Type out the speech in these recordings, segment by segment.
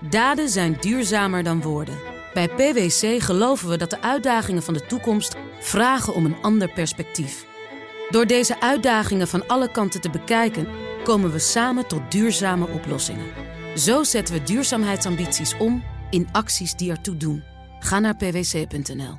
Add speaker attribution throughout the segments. Speaker 1: Daden zijn duurzamer dan woorden. Bij PwC geloven we dat de uitdagingen van de toekomst vragen om een ander perspectief. Door deze uitdagingen van alle kanten te bekijken, komen we samen tot duurzame oplossingen. Zo zetten we duurzaamheidsambities om in acties die ertoe doen. Ga naar pwc.nl.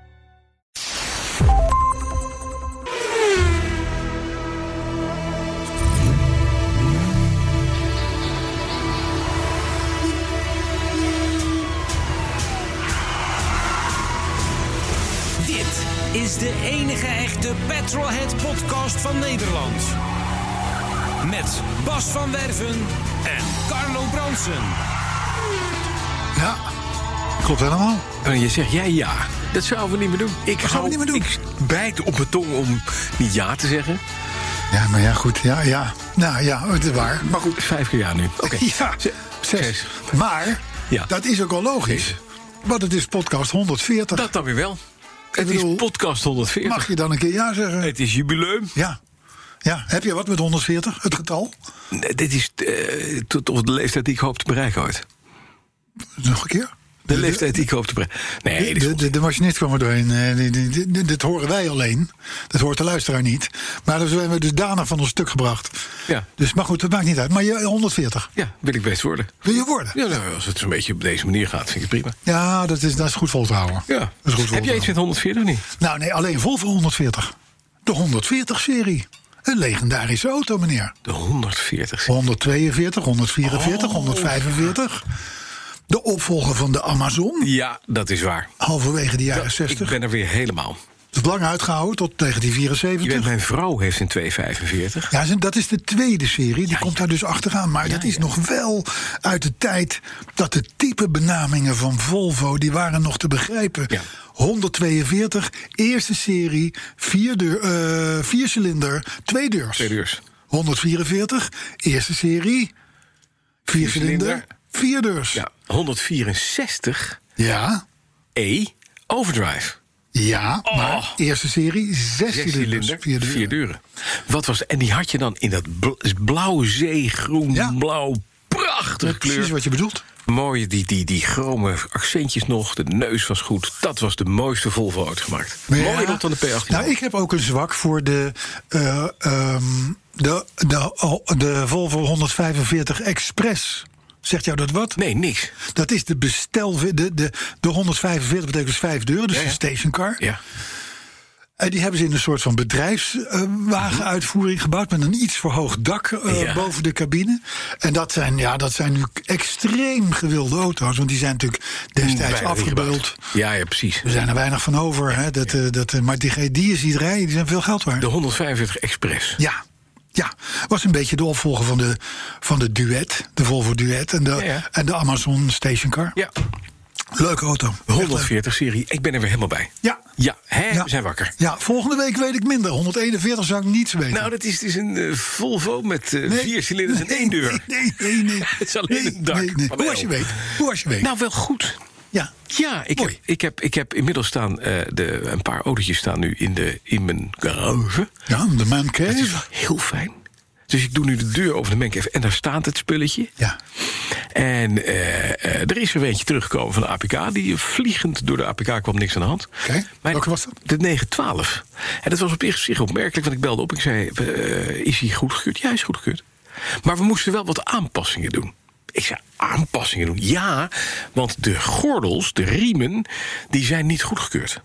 Speaker 2: Dit is de enige echte Petrolhead podcast van Nederland. Met Bas van Werven en Carlo Bransen.
Speaker 3: Ja, klopt helemaal.
Speaker 4: En je zegt, jij ja. Dat zouden we niet meer doen. Ik
Speaker 3: zouden we niet meer
Speaker 4: Ik bijt op mijn tong om niet ja te zeggen.
Speaker 3: Ja, maar ja, goed. Ja, ja. Nou ja, het is waar.
Speaker 4: Maar goed, vijf keer ja nu. Oké.
Speaker 3: Ja,
Speaker 4: Ze-
Speaker 3: zes. Maar
Speaker 4: Ja.
Speaker 3: dat is ook wel logisch. Want het is podcast 140.
Speaker 4: Dat dan weer wel. Het
Speaker 3: bedoel,
Speaker 4: is podcast 140.
Speaker 3: Mag je dan een keer ja zeggen?
Speaker 4: Het is jubileum.
Speaker 3: Ja. ja. Heb je wat met 140, het getal?
Speaker 4: Nee, dit is eh, tot tot de leeftijd die ik hoop te bereiken ooit.
Speaker 3: Nog een keer?
Speaker 4: De leeftijd die ik hoop te bereiken. Nee, dit is
Speaker 3: De, de, de machinist kwam er doorheen. Eh, die- die- die- die- Dit horen wij alleen. Dat hoort de luisteraar niet. Maar dat hebben we dus daarna van ons stuk gebracht.
Speaker 4: Ja.
Speaker 3: Dus, maar goed, dat maakt niet uit. Maar je 140.
Speaker 4: Ja, wil ik best worden.
Speaker 3: Wil je worden?
Speaker 4: Ja, nou, als het zo'n beetje op deze manier gaat, vind ik het prima.
Speaker 3: Ja, dat is, dat is goed vol te houden.
Speaker 4: Ja.
Speaker 3: Dat is goed vol te
Speaker 4: Heb jij
Speaker 3: houden.
Speaker 4: iets met 140 of niet?
Speaker 3: Nou nee, alleen Volvo 140. De 140-serie. Een legendarische auto, meneer.
Speaker 4: De 140.
Speaker 3: 142, 144,
Speaker 4: Oh.
Speaker 3: 145. De opvolger van de Amazon,
Speaker 4: Ja, dat is waar.
Speaker 3: halverwege de jaren
Speaker 4: Ik
Speaker 3: 60.
Speaker 4: ben er weer helemaal.
Speaker 3: Het is lang uitgehouden tot 1974.
Speaker 4: Je bent, mijn vrouw heeft in 245.
Speaker 3: Ja, ze- dat is de tweede serie. Die komt daar dus achteraan. Maar dat is nog wel uit de tijd dat de type benamingen van Volvo... die waren nog te begrijpen.
Speaker 4: Ja.
Speaker 3: 142, eerste serie, vier, deur, eh, vier cilinder, twee deurs.
Speaker 4: Twee deurs.
Speaker 3: 144, eerste serie, vier cilinder,
Speaker 4: cilinder.
Speaker 3: vier deurs.
Speaker 4: Ja, 164
Speaker 3: ja,
Speaker 4: E Overdrive.
Speaker 3: ja, maar eerste serie, zes,
Speaker 4: Oh. Zes
Speaker 3: cilinders,
Speaker 4: cilinder,
Speaker 3: vier deuren.
Speaker 4: vier deuren. Wat was, en die had je dan in dat bl- blauw zeegroen,
Speaker 3: Ja.
Speaker 4: blauw, prachtige kleur.
Speaker 3: Precies wat je bedoelt.
Speaker 4: Mooie, die, die, die chrome accentjes nog, de neus was goed. Dat was de mooiste Volvo ooit gemaakt.
Speaker 3: Maar
Speaker 4: Mooier
Speaker 3: ja,
Speaker 4: nog dan de P18.
Speaker 3: Nou, ik heb ook een zwak voor de, eh, ehm, de, de, oh, de Volvo 145 Express. Zegt jou dat wat?
Speaker 4: Nee, niks.
Speaker 3: Dat is de bestel... De, de, de 145 betekent dus vijf deuren, dus
Speaker 4: Ja, ja.
Speaker 3: een stationcar.
Speaker 4: Ja.
Speaker 3: En die hebben ze in een soort van bedrijfswagenuitvoering gebouwd... met een iets verhoogd dak eh,
Speaker 4: Ja.
Speaker 3: boven de cabine. En dat zijn, ja, dat zijn nu extreem gewilde auto's. Want die zijn natuurlijk destijds
Speaker 4: Bijna niet gebouwd.
Speaker 3: afgebeuld.
Speaker 4: Ja, ja, precies.
Speaker 3: Er zijn er weinig van over. Hè? Dat, eh, dat, eh, maar die, die is iedereen, die zijn veel geld waard.
Speaker 4: De 145 Express.
Speaker 3: Ja. Ja, was een beetje de opvolger van de, van de Duet, de Volvo Duet en de,
Speaker 4: Ja, ja.
Speaker 3: En de Amazon Stationcar.
Speaker 4: Ja,
Speaker 3: Leuke auto. Echt leuk.
Speaker 4: 140 serie. Ik ben er weer helemaal bij.
Speaker 3: Ja.
Speaker 4: Ja, hè,
Speaker 3: Ja.
Speaker 4: we zijn wakker.
Speaker 3: Ja, volgende week weet ik minder. 141 zou ik niets weten.
Speaker 4: Nou, dat is, het is een eh, Volvo met eh,
Speaker 3: Nee.
Speaker 4: vier cilinders en
Speaker 3: Nee,
Speaker 4: één deur.
Speaker 3: Nee, nee, nee. nee.
Speaker 4: Het is alleen
Speaker 3: Nee,
Speaker 4: een dak.
Speaker 3: nee, nee.
Speaker 4: Maar
Speaker 3: Hoe
Speaker 4: wel.
Speaker 3: was je week? Hoe was je week?
Speaker 4: Nou, wel goed.
Speaker 3: ja.
Speaker 4: Ja, ik heb,
Speaker 3: Mooi.
Speaker 4: ik, heb, ik heb inmiddels staan, eh, de, een paar autootjes staan nu in, de, in mijn garage.
Speaker 3: ja, de man
Speaker 4: Dat is
Speaker 3: cave.
Speaker 4: wel heel fijn. Dus ik doe nu de deur over de menkef en daar staat het spulletje.
Speaker 3: Ja.
Speaker 4: En eh, eh, er is er eentje teruggekomen van de APK. Die vliegend door de APK kwam niks aan de hand.
Speaker 3: Oké, welke was dat?
Speaker 4: De 912. En dat was op zich opmerkelijk, want ik belde op. Ik zei, eh, is hij goedgekeurd? Ja, hij is goedgekeurd. Maar we moesten wel wat aanpassingen doen. Ik zei, aanpassingen doen? Ja, want de gordels, de riemen, die zijn niet goedgekeurd.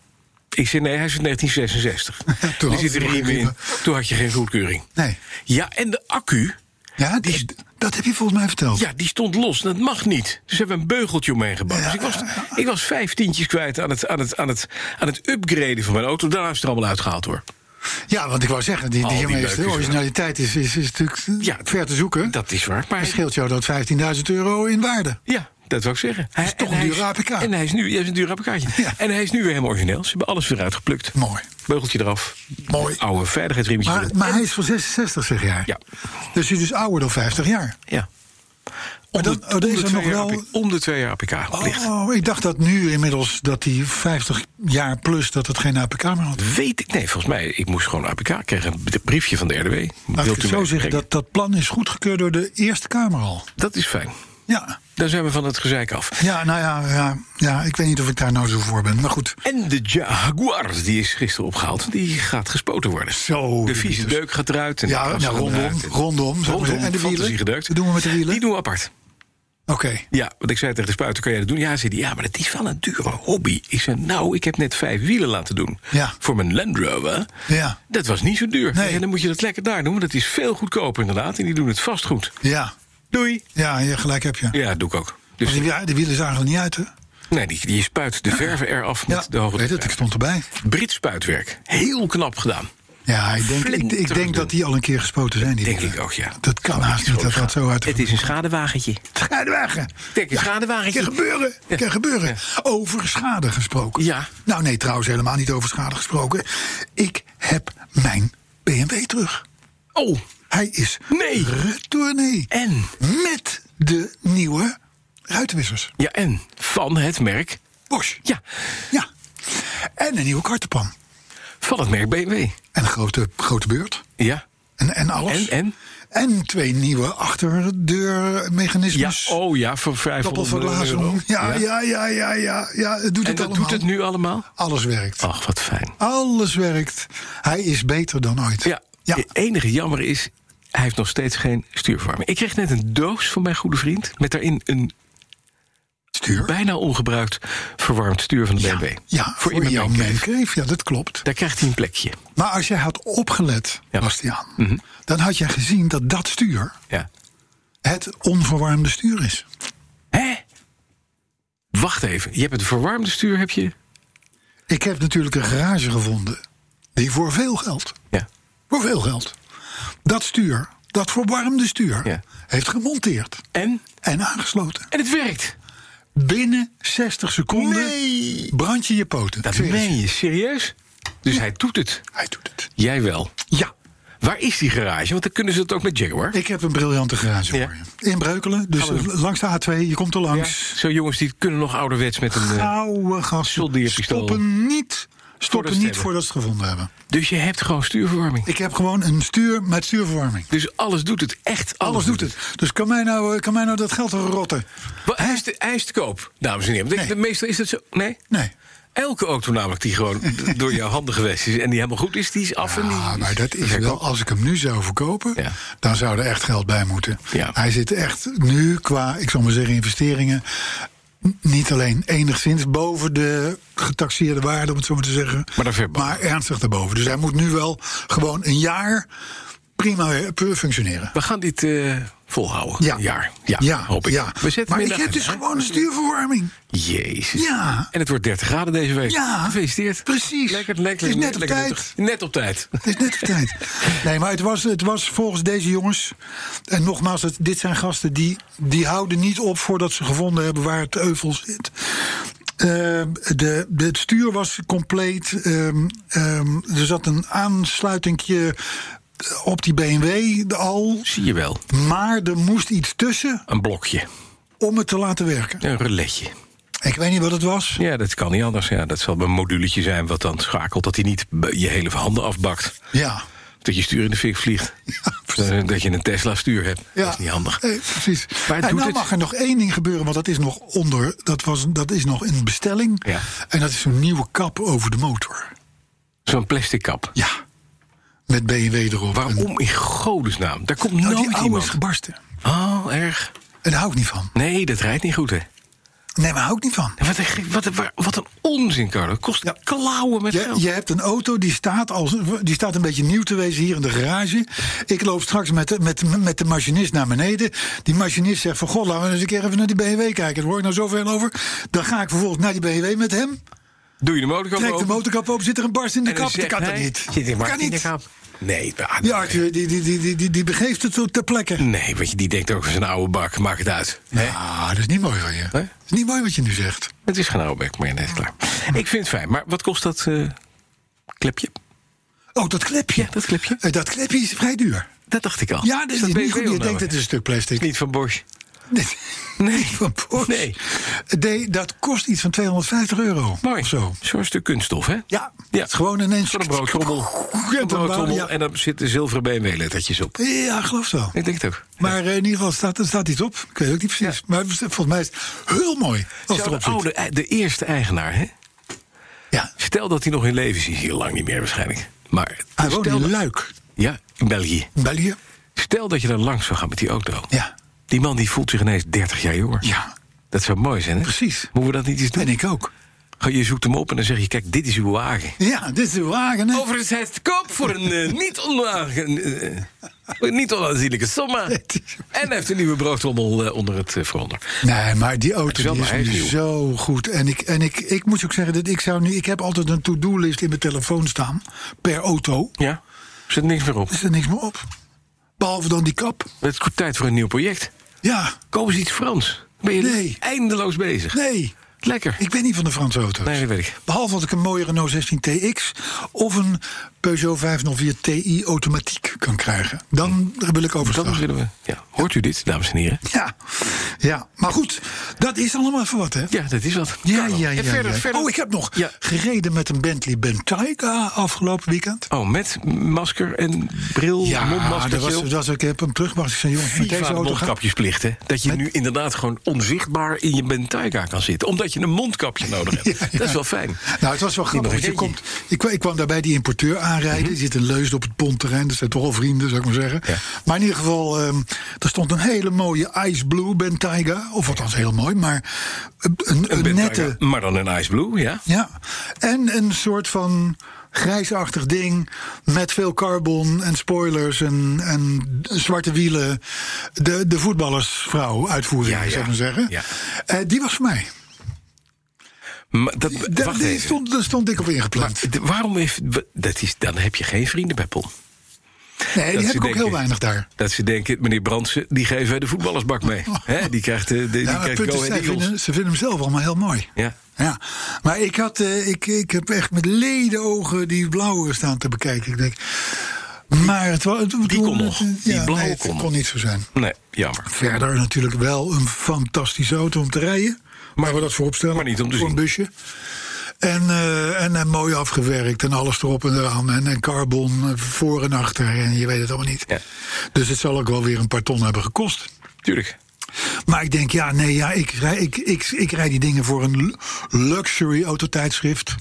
Speaker 4: Ik zei, nee, hij is uit 1966.
Speaker 3: Toen
Speaker 4: er
Speaker 3: had je
Speaker 4: zitten
Speaker 3: nog geen
Speaker 4: riemen in.
Speaker 3: riemen.
Speaker 4: Toen had je geen goedkeuring.
Speaker 3: Nee.
Speaker 4: Ja, en de accu...
Speaker 3: Ja,
Speaker 4: Die
Speaker 3: dat, dat heb je volgens mij verteld.
Speaker 4: Ja, die stond los. en Dat mag niet. Dus hebben we een beugeltje omheen gebouwd. Dus ik was, ik was vijf tientjes kwijt aan het, aan, het, aan, het, aan het upgraden van mijn auto. Daarna is het er allemaal uitgehaald hoor.
Speaker 3: Ja, want ik wou zeggen, die,
Speaker 4: Al
Speaker 3: die,
Speaker 4: die
Speaker 3: meeste
Speaker 4: leuke
Speaker 3: originaliteit is, is, is natuurlijk
Speaker 4: Ja,
Speaker 3: ver te zoeken.
Speaker 4: Dat is waar.
Speaker 3: Maar
Speaker 4: Maar
Speaker 3: scheelt jou dat 15.000 euro in waarde?
Speaker 4: ja, dat zou ik zeggen. Hij
Speaker 3: is toch
Speaker 4: en
Speaker 3: een
Speaker 4: hij
Speaker 3: dure APK.
Speaker 4: En hij is nu, hij is een dure APK'tje.
Speaker 3: Ja.
Speaker 4: En hij is nu weer helemaal origineel. Ze hebben alles weer uitgeplukt.
Speaker 3: Mooi.
Speaker 4: Beugeltje eraf.
Speaker 3: Mooi.
Speaker 4: Oude veiligheidsriemetje.
Speaker 3: Maar,
Speaker 4: erin.
Speaker 3: maar
Speaker 4: En-
Speaker 3: hij is van 66, zeg jij?
Speaker 4: Oh, Ja.
Speaker 3: Dus hij is dus ouder dan 50 jaar.
Speaker 4: Ja.
Speaker 3: Maar
Speaker 4: Om de-
Speaker 3: dan- oh, deze
Speaker 4: om de
Speaker 3: nog
Speaker 4: twee jaar
Speaker 3: wel-
Speaker 4: APK Om de twee jaar APK ligt.
Speaker 3: Oh, ik dacht dat nu inmiddels dat die 50 jaar plus dat het geen APK meer had.
Speaker 4: Weet ik, nee, volgens mij, ik moest gewoon APK krijgen. Een briefje van de RDW.
Speaker 3: Laat ik
Speaker 4: Wilt
Speaker 3: het
Speaker 4: u
Speaker 3: zo
Speaker 4: mij
Speaker 3: zeggen,
Speaker 4: brengen?
Speaker 3: dat, dat plan is goedgekeurd door de Eerste Kamer al.
Speaker 4: dat is fijn.
Speaker 3: Ja.
Speaker 4: Daar zijn we van het gezeik af.
Speaker 3: Ja, nou ja, ja, ja, ik weet niet of ik daar nou zo voor ben. Maar goed,
Speaker 4: En de Jaguar, die is gisteren opgehaald, die gaat gespoten worden.
Speaker 3: Zo,
Speaker 4: De vieze
Speaker 3: dus.
Speaker 4: deuk gaat eruit. En de
Speaker 3: ja,
Speaker 4: kras
Speaker 3: nou,
Speaker 4: gaat
Speaker 3: rondom,
Speaker 4: eruit.
Speaker 3: rondom. zeg maar.
Speaker 4: Rondom,
Speaker 3: en de
Speaker 4: fantasie
Speaker 3: wielen?
Speaker 4: gedeukt.
Speaker 3: Wat doen we met de wielen?
Speaker 4: Die doen we apart.
Speaker 3: Oké.
Speaker 4: Ja, want ik zei tegen de spuiter, kan jij dat doen? Ja, zei die, ja, maar dat is wel een dure hobby. Ik zei, nou, ik heb net vijf wielen laten doen.
Speaker 3: Ja.
Speaker 4: Voor mijn Land Rover.
Speaker 3: Ja.
Speaker 4: Dat was niet zo duur.
Speaker 3: Nee.
Speaker 4: En dan moet je dat lekker daar doen, want dat is veel goedkoper inderdaad. En die doen het vast goed.
Speaker 3: Ja.
Speaker 4: Doei.
Speaker 3: Ja, ja, gelijk heb je.
Speaker 4: Ja, doe ik ook.
Speaker 3: Maar
Speaker 4: Dus
Speaker 3: die, ja, de wielen zagen er niet uit, hè?
Speaker 4: nee, die, die spuit de verven eraf met
Speaker 3: Ja,
Speaker 4: de hoge
Speaker 3: weet het, ik stond erbij.
Speaker 4: Brits spuitwerk. Heel knap gedaan.
Speaker 3: Ja, ik denk, ik, ik
Speaker 4: Flinterdun.
Speaker 3: denk dat die al een keer gespoten zijn. Die
Speaker 4: Denk
Speaker 3: wielen.
Speaker 4: ik ook, ja.
Speaker 3: Dat kan haast niet, dat gaat zo uit.
Speaker 4: Het is een schadewagentje.
Speaker 3: Schadewagen.
Speaker 4: Denk een
Speaker 3: Kan
Speaker 4: schadewagentje.
Speaker 3: gebeuren.
Speaker 4: Ja.
Speaker 3: Kan gebeuren. Over schade gesproken.
Speaker 4: Ja.
Speaker 3: Nou nee, trouwens helemaal niet over schade gesproken. Ik heb mijn BMW terug.
Speaker 4: Oh,
Speaker 3: Hij is
Speaker 4: Nee.
Speaker 3: retournee.
Speaker 4: en?
Speaker 3: Met de nieuwe ruitenwissers.
Speaker 4: Ja, en? Van het merk.
Speaker 3: Bosch.
Speaker 4: Ja,
Speaker 3: Ja. En een nieuwe kartenpan.
Speaker 4: van het merk BMW.
Speaker 3: En een grote, grote beurt.
Speaker 4: Ja.
Speaker 3: En, en alles.
Speaker 4: En- en?
Speaker 3: En twee nieuwe
Speaker 4: Ja,
Speaker 3: achterdeurmechanismes.
Speaker 4: oh ja, voor 500 euro.
Speaker 3: Koppelverglazing. Ja, ja, ja, ja, ja, ja. Het doet
Speaker 4: En
Speaker 3: het
Speaker 4: dat
Speaker 3: allemaal.
Speaker 4: doet het nu Ah. allemaal?
Speaker 3: Alles werkt.
Speaker 4: Ach, wat fijn.
Speaker 3: Alles werkt. Hij is beter dan ooit.
Speaker 4: Ja,
Speaker 3: ja.
Speaker 4: het enige jammer is, hij heeft nog steeds geen stuurverwarming. Ik kreeg net een doos van mijn goede vriend... met daarin een
Speaker 3: stuur.
Speaker 4: bijna ongebruikt verwarmd stuur van de
Speaker 3: Ja,
Speaker 4: BMW.
Speaker 3: ja, voor,
Speaker 4: iemand
Speaker 3: jouw
Speaker 4: mijn kreef.
Speaker 3: mancave. Ja, dat klopt.
Speaker 4: Daar krijgt hij een plekje.
Speaker 3: Maar als jij had opgelet,
Speaker 4: Ja. Mhm.
Speaker 3: Bastiaan... dan had jij gezien dat dat stuur
Speaker 4: Ja.
Speaker 3: het onverwarmde stuur is.
Speaker 4: Hé? Wacht even, je hebt het verwarmde stuur, heb je?
Speaker 3: Ik heb natuurlijk een garage gevonden... die voor veel geld,
Speaker 4: Ja.
Speaker 3: voor veel geld... dat stuur, dat verwarmde stuur...
Speaker 4: Ja.
Speaker 3: heeft gemonteerd
Speaker 4: En?
Speaker 3: en aangesloten.
Speaker 4: En het werkt.
Speaker 3: Binnen 60 seconden brand je je poten.
Speaker 4: Dat
Speaker 3: Serieus.
Speaker 4: meen je, serieus? Dus hij doet het.
Speaker 3: Hij doet het.
Speaker 4: Jij wel.
Speaker 3: Ja.
Speaker 4: Waar is die garage? Want dan kunnen ze dat ook met Jaguar.
Speaker 3: Ik heb een briljante garage
Speaker 4: Ja.
Speaker 3: voor je. In Breukelen, dus
Speaker 4: Gaan we
Speaker 3: langs de A2, je komt er langs.
Speaker 4: Zo jongens, die kunnen nog ouderwets met een... eh,
Speaker 3: Gouden gasten.
Speaker 4: soldeerpistool.
Speaker 3: Stoppen niet, stoppen
Speaker 4: ze het
Speaker 3: niet
Speaker 4: hebben.
Speaker 3: voordat ze het gevonden hebben.
Speaker 4: Dus je hebt gewoon stuurverwarming.
Speaker 3: Ik heb gewoon een stuur met stuurverwarming.
Speaker 4: Dus alles doet het. Echt alles,
Speaker 3: Alles doet het. Dus kan mij nou, eh, kan mij nou dat geld rotten?
Speaker 4: Wa- Hij is, te, hij is te koop, dames en heren. Want ik-
Speaker 3: Nee.
Speaker 4: de- Meestal is dat zo. Nee?
Speaker 3: Nee.
Speaker 4: Elke auto namelijk die gewoon d- door jouw handen geweest is... en die helemaal goed is, die is af en die...
Speaker 3: Ah, maar dat is
Speaker 4: verkoopt.
Speaker 3: wel, als ik hem nu zou verkopen,
Speaker 4: Ja.
Speaker 3: dan zou er echt geld bij moeten.
Speaker 4: Ja.
Speaker 3: Hij zit echt nu qua, ik zal maar zeggen, investeringen. n- Niet alleen enigszins boven de getaxeerde waarde, om het zo maar te zeggen.
Speaker 4: Maar daar ver boven.
Speaker 3: maar ernstig daarboven. Dus hij moet nu wel gewoon een jaar prima eh, pu- functioneren.
Speaker 4: We gaan dit eh, volhouden. Een jaar. Ja, hoop ik.
Speaker 3: ja.
Speaker 4: We zetten
Speaker 3: maar
Speaker 4: hem
Speaker 3: ik
Speaker 4: in de
Speaker 3: heb dus
Speaker 4: agenda.
Speaker 3: gewoon een stuurverwarming.
Speaker 4: Jezus.
Speaker 3: Ja.
Speaker 4: En het wordt 30 graden deze week.
Speaker 3: Ja.
Speaker 4: Gefeliciteerd.
Speaker 3: Precies.
Speaker 4: Lekker, lekker.
Speaker 3: Het is net op
Speaker 4: lekker
Speaker 3: tijd.
Speaker 4: Net op tijd.
Speaker 3: Het is net op tijd. Nee, maar het was, het was volgens deze jongens. En nogmaals, het, dit zijn gasten die, die houden niet op voordat ze gevonden hebben waar het euvel zit. Eh, de, de, het stuur was compleet. ehm, ehm, er zat een aansluitingje op die BMW al.
Speaker 4: Zie je wel.
Speaker 3: Maar er moest iets tussen
Speaker 4: Een blokje.
Speaker 3: om het te laten werken.
Speaker 4: Een rouletje.
Speaker 3: Ik weet niet wat het was.
Speaker 4: Ja, dat kan niet anders. Ja, dat zal een moduletje zijn wat dan schakelt... dat hij niet b- je hele handen afbakt.
Speaker 3: Ja.
Speaker 4: Dat je stuur in de fik vliegt.
Speaker 3: precies.
Speaker 4: dat je een Tesla stuur hebt. Dat is niet handig.
Speaker 3: Nee, precies.
Speaker 4: Maar het
Speaker 3: en
Speaker 4: doet
Speaker 3: nou
Speaker 4: het.
Speaker 3: mag er nog één ding gebeuren, want dat is nog onder. Dat, was, dat is nog in bestelling.
Speaker 4: Ja.
Speaker 3: En dat is zo'n nieuwe kap over de motor.
Speaker 4: Zo'n plastic kap.
Speaker 3: Ja. Met BMW erop. En-
Speaker 4: Waarom in godesnaam? Daar komt
Speaker 3: Nou,
Speaker 4: nooit
Speaker 3: die oude is
Speaker 4: iemand.
Speaker 3: gebarsten.
Speaker 4: Oh, erg.
Speaker 3: En daar hou ik niet van.
Speaker 4: Nee, dat rijdt niet goed, hè?
Speaker 3: Nee, maar hou ik niet van.
Speaker 4: En Wat een, wat een, wat een onzin, Carlo. Het kost
Speaker 3: Ja.
Speaker 4: klauwen met
Speaker 3: Je,
Speaker 4: geld.
Speaker 3: je hebt een auto die staat, als, die staat een beetje nieuw te wezen hier in de garage. Ik loop straks met de, met, met de machinist naar beneden. Die machinist zegt van god, laten we eens een keer even naar die BMW kijken. Daar hoor ik nou zoveel over. Dan ga ik vervolgens naar die BMW met hem.
Speaker 4: Doe je de motorkap
Speaker 3: Trek de
Speaker 4: open?
Speaker 3: motorkap open, zit er een barst in de
Speaker 4: En dan
Speaker 3: kap? Dat
Speaker 4: zegt
Speaker 3: kan dat
Speaker 4: hij,
Speaker 3: niet.
Speaker 4: zit er maar
Speaker 3: kan
Speaker 4: in de
Speaker 3: niet.
Speaker 4: kap. Nee, ah,
Speaker 3: Die Arthur, die, die, die, die, die, die begeeft het zo ter plekke.
Speaker 4: Nee, want je, die denkt ook van zijn oude bak. Maak het uit.
Speaker 3: Ja, dat is niet mooi van je.
Speaker 4: Hè?
Speaker 3: Dat is niet mooi wat je nu zegt.
Speaker 4: Het is geen oude bak, maar net klaar. Ik vind het fijn. Maar wat kost dat eh, klepje?
Speaker 3: Oh, dat klepje.
Speaker 4: Ja, dat klepje.
Speaker 3: Eh, dat klepje is vrij duur.
Speaker 4: Dat dacht ik al.
Speaker 3: Ja, dus dat
Speaker 4: dat
Speaker 3: is niet
Speaker 4: BMW
Speaker 3: goed. Je
Speaker 4: opname?
Speaker 3: denkt het is een stuk plastic.
Speaker 4: Niet van Bosch.
Speaker 3: Niet van Porsche.
Speaker 4: Nee.
Speaker 3: De, dat kost iets van 250 euro.
Speaker 4: Mooi.
Speaker 3: Of zo.
Speaker 4: Zo'n stuk kunststof, hè?
Speaker 3: Ja,
Speaker 4: Ja.
Speaker 3: het is gewoon ineens...
Speaker 4: Van een broodtrommel. Een broodtrommel.
Speaker 3: Ja,
Speaker 4: En dan zitten zilveren BMW-lettertjes op.
Speaker 3: ja, geloof zo.
Speaker 4: Ik denk het ook.
Speaker 3: Maar eh, in ieder geval staat, er staat iets op. Ik weet ook niet precies. Maar volgens mij is het heel mooi als het
Speaker 4: Zou
Speaker 3: erop
Speaker 4: de,
Speaker 3: zit.
Speaker 4: oude, eh, de eerste eigenaar, hè?
Speaker 3: Ja.
Speaker 4: Stel dat hij nog in leven is, is hij lang niet meer waarschijnlijk. Maar
Speaker 3: Hij woont
Speaker 4: stel
Speaker 3: in
Speaker 4: dat-
Speaker 3: Luik,
Speaker 4: Ja, in België.
Speaker 3: België.
Speaker 4: Stel dat je er langs zou gaan met die auto.
Speaker 3: Ja.
Speaker 4: Die man die voelt zich ineens 30 jaar jonger.
Speaker 3: Ja.
Speaker 4: Dat zou mooi zijn, hè?
Speaker 3: Precies.
Speaker 4: Moeten we dat niet eens doen?
Speaker 3: En ik ook.
Speaker 4: Ga- Je zoekt hem op en dan zeg je, kijk, dit is uw wagen.
Speaker 3: Ja, dit is de wagen. hè?
Speaker 4: Overigens, hij is te koop voor een eh, niet, onwagen, eh, niet onaanzienlijke som. En
Speaker 3: Het is-
Speaker 4: hij heeft een nieuwe broodtrommel eh, onder het eh, veronder.
Speaker 3: Nee, maar die auto
Speaker 4: wel
Speaker 3: die
Speaker 4: maar
Speaker 3: is nu
Speaker 4: nieuw.
Speaker 3: zo goed. En, ik, en ik, ik moet je ook zeggen, dat ik, zou nu, ik heb altijd een to-do-list in mijn telefoon staan. Per auto.
Speaker 4: Ja, er zit niks meer op.
Speaker 3: Er zit niks meer op. Behalve dan die kap.
Speaker 4: Het is goed tijd voor een nieuw project.
Speaker 3: Ja,
Speaker 4: Koop eens iets Frans. Dan ben je
Speaker 3: Nee.
Speaker 4: eindeloos bezig.
Speaker 3: nee.
Speaker 4: Lekker.
Speaker 3: Ik ben niet van de Franse auto's.
Speaker 4: Nee, dat weet ik.
Speaker 3: Behalve dat ik een mooie Renault 16 TX of een Peugeot 504 Ti automatiek kan krijgen. Dan wil ik
Speaker 4: Dan
Speaker 3: overstappen.
Speaker 4: willen we. Ja, hoort u dit, dames en heren?
Speaker 3: Ja. ja, maar goed, dat is allemaal even wat, hè?
Speaker 4: Ja, dat is wat.
Speaker 3: Ja,
Speaker 4: Carlo.
Speaker 3: ja, ja.
Speaker 4: En verder,
Speaker 3: ja.
Speaker 4: verder.
Speaker 3: Oh, ik heb nog
Speaker 4: Ja.
Speaker 3: gereden met een Bentley Bentayga afgelopen weekend.
Speaker 4: Oh, met masker en bril,
Speaker 3: dat
Speaker 4: mondmasker.
Speaker 3: was, dat was, ik heb hem teruggebracht. Ik zei, jongens, met deze
Speaker 4: FIFA
Speaker 3: auto gaat...
Speaker 4: mondkapjesplicht, hè? Dat je nu inderdaad gewoon onzichtbaar in je Bentayga kan zitten. Omdat je een mondkapje nodig hebt.
Speaker 3: Ja, ja.
Speaker 4: Dat is wel fijn.
Speaker 3: Nou, het was wel grappig.
Speaker 4: nog
Speaker 3: Want je
Speaker 4: een
Speaker 3: komt, ik, kwa- ik kwam daar bij die importeur aanrijden. Die zit in Leusden op het pontterrein. Dat zijn toch al vrienden, zou ik maar zeggen.
Speaker 4: Mhm. Ja.
Speaker 3: Maar in ieder geval, ehm, er stond een hele mooie Ice Blue Bentayga. Of althans heel mooi, maar een, een,
Speaker 4: Een
Speaker 3: een
Speaker 4: Bentayga,
Speaker 3: nette...
Speaker 4: Maar dan een ice blue, ja?
Speaker 3: Ja, en een soort van grijsachtig ding met veel carbon en spoilers en, en zwarte wielen. De, de voetballersvrouw uitvoering,
Speaker 4: Ja, ja.
Speaker 3: zou ik maar zeggen.
Speaker 4: Ja.
Speaker 3: Eh, die was voor mij.
Speaker 4: Maar dat,
Speaker 3: Daar
Speaker 4: wacht
Speaker 3: die
Speaker 4: even.
Speaker 3: stond, daar stond ik op ingepland.
Speaker 4: De- waarom heeft. wa- Dat is, dan heb je geen vrienden bij Pol.
Speaker 3: nee, die
Speaker 4: ze
Speaker 3: heb ik ook
Speaker 4: denken-
Speaker 3: heel weinig daar.
Speaker 4: Dat ze denken, meneer Brandsen, die geven wij de voetballersbak mee. Hè, die krijgt, de, de- die
Speaker 3: Ja, maar het
Speaker 4: krijgt
Speaker 3: punt
Speaker 4: Go
Speaker 3: is,
Speaker 4: Ahead
Speaker 3: zij
Speaker 4: Eagles.
Speaker 3: vinden, ze vinden hem zelf allemaal heel mooi.
Speaker 4: Ja.
Speaker 3: Ja, maar ik, had, eh, ik, ik heb echt met ledenogen die blauwe staan te bekijken. Ik denk, maar het, wa- het,
Speaker 4: Die kon nog.
Speaker 3: Ja,
Speaker 4: Die blauwe
Speaker 3: nee, het
Speaker 4: kon nog.
Speaker 3: kon niet zo zijn.
Speaker 4: Nee, jammer.
Speaker 3: Verder natuurlijk wel een fantastische auto om te rijden. Maar we dat vooropstellen.
Speaker 4: maar niet om te
Speaker 3: voor
Speaker 4: zien.
Speaker 3: een busje. En, eh, en, eh, mooi afgewerkt en alles erop en eraan. En, en carbon eh, voor en achter en je weet het allemaal niet.
Speaker 4: Ja.
Speaker 3: Dus het zal ook wel weer een paar ton hebben gekost.
Speaker 4: Tuurlijk.
Speaker 3: Maar ik denk, ja, nee, ja, ik, rij, ik, ik, ik rij die dingen voor een lu- luxury autotijdschrift.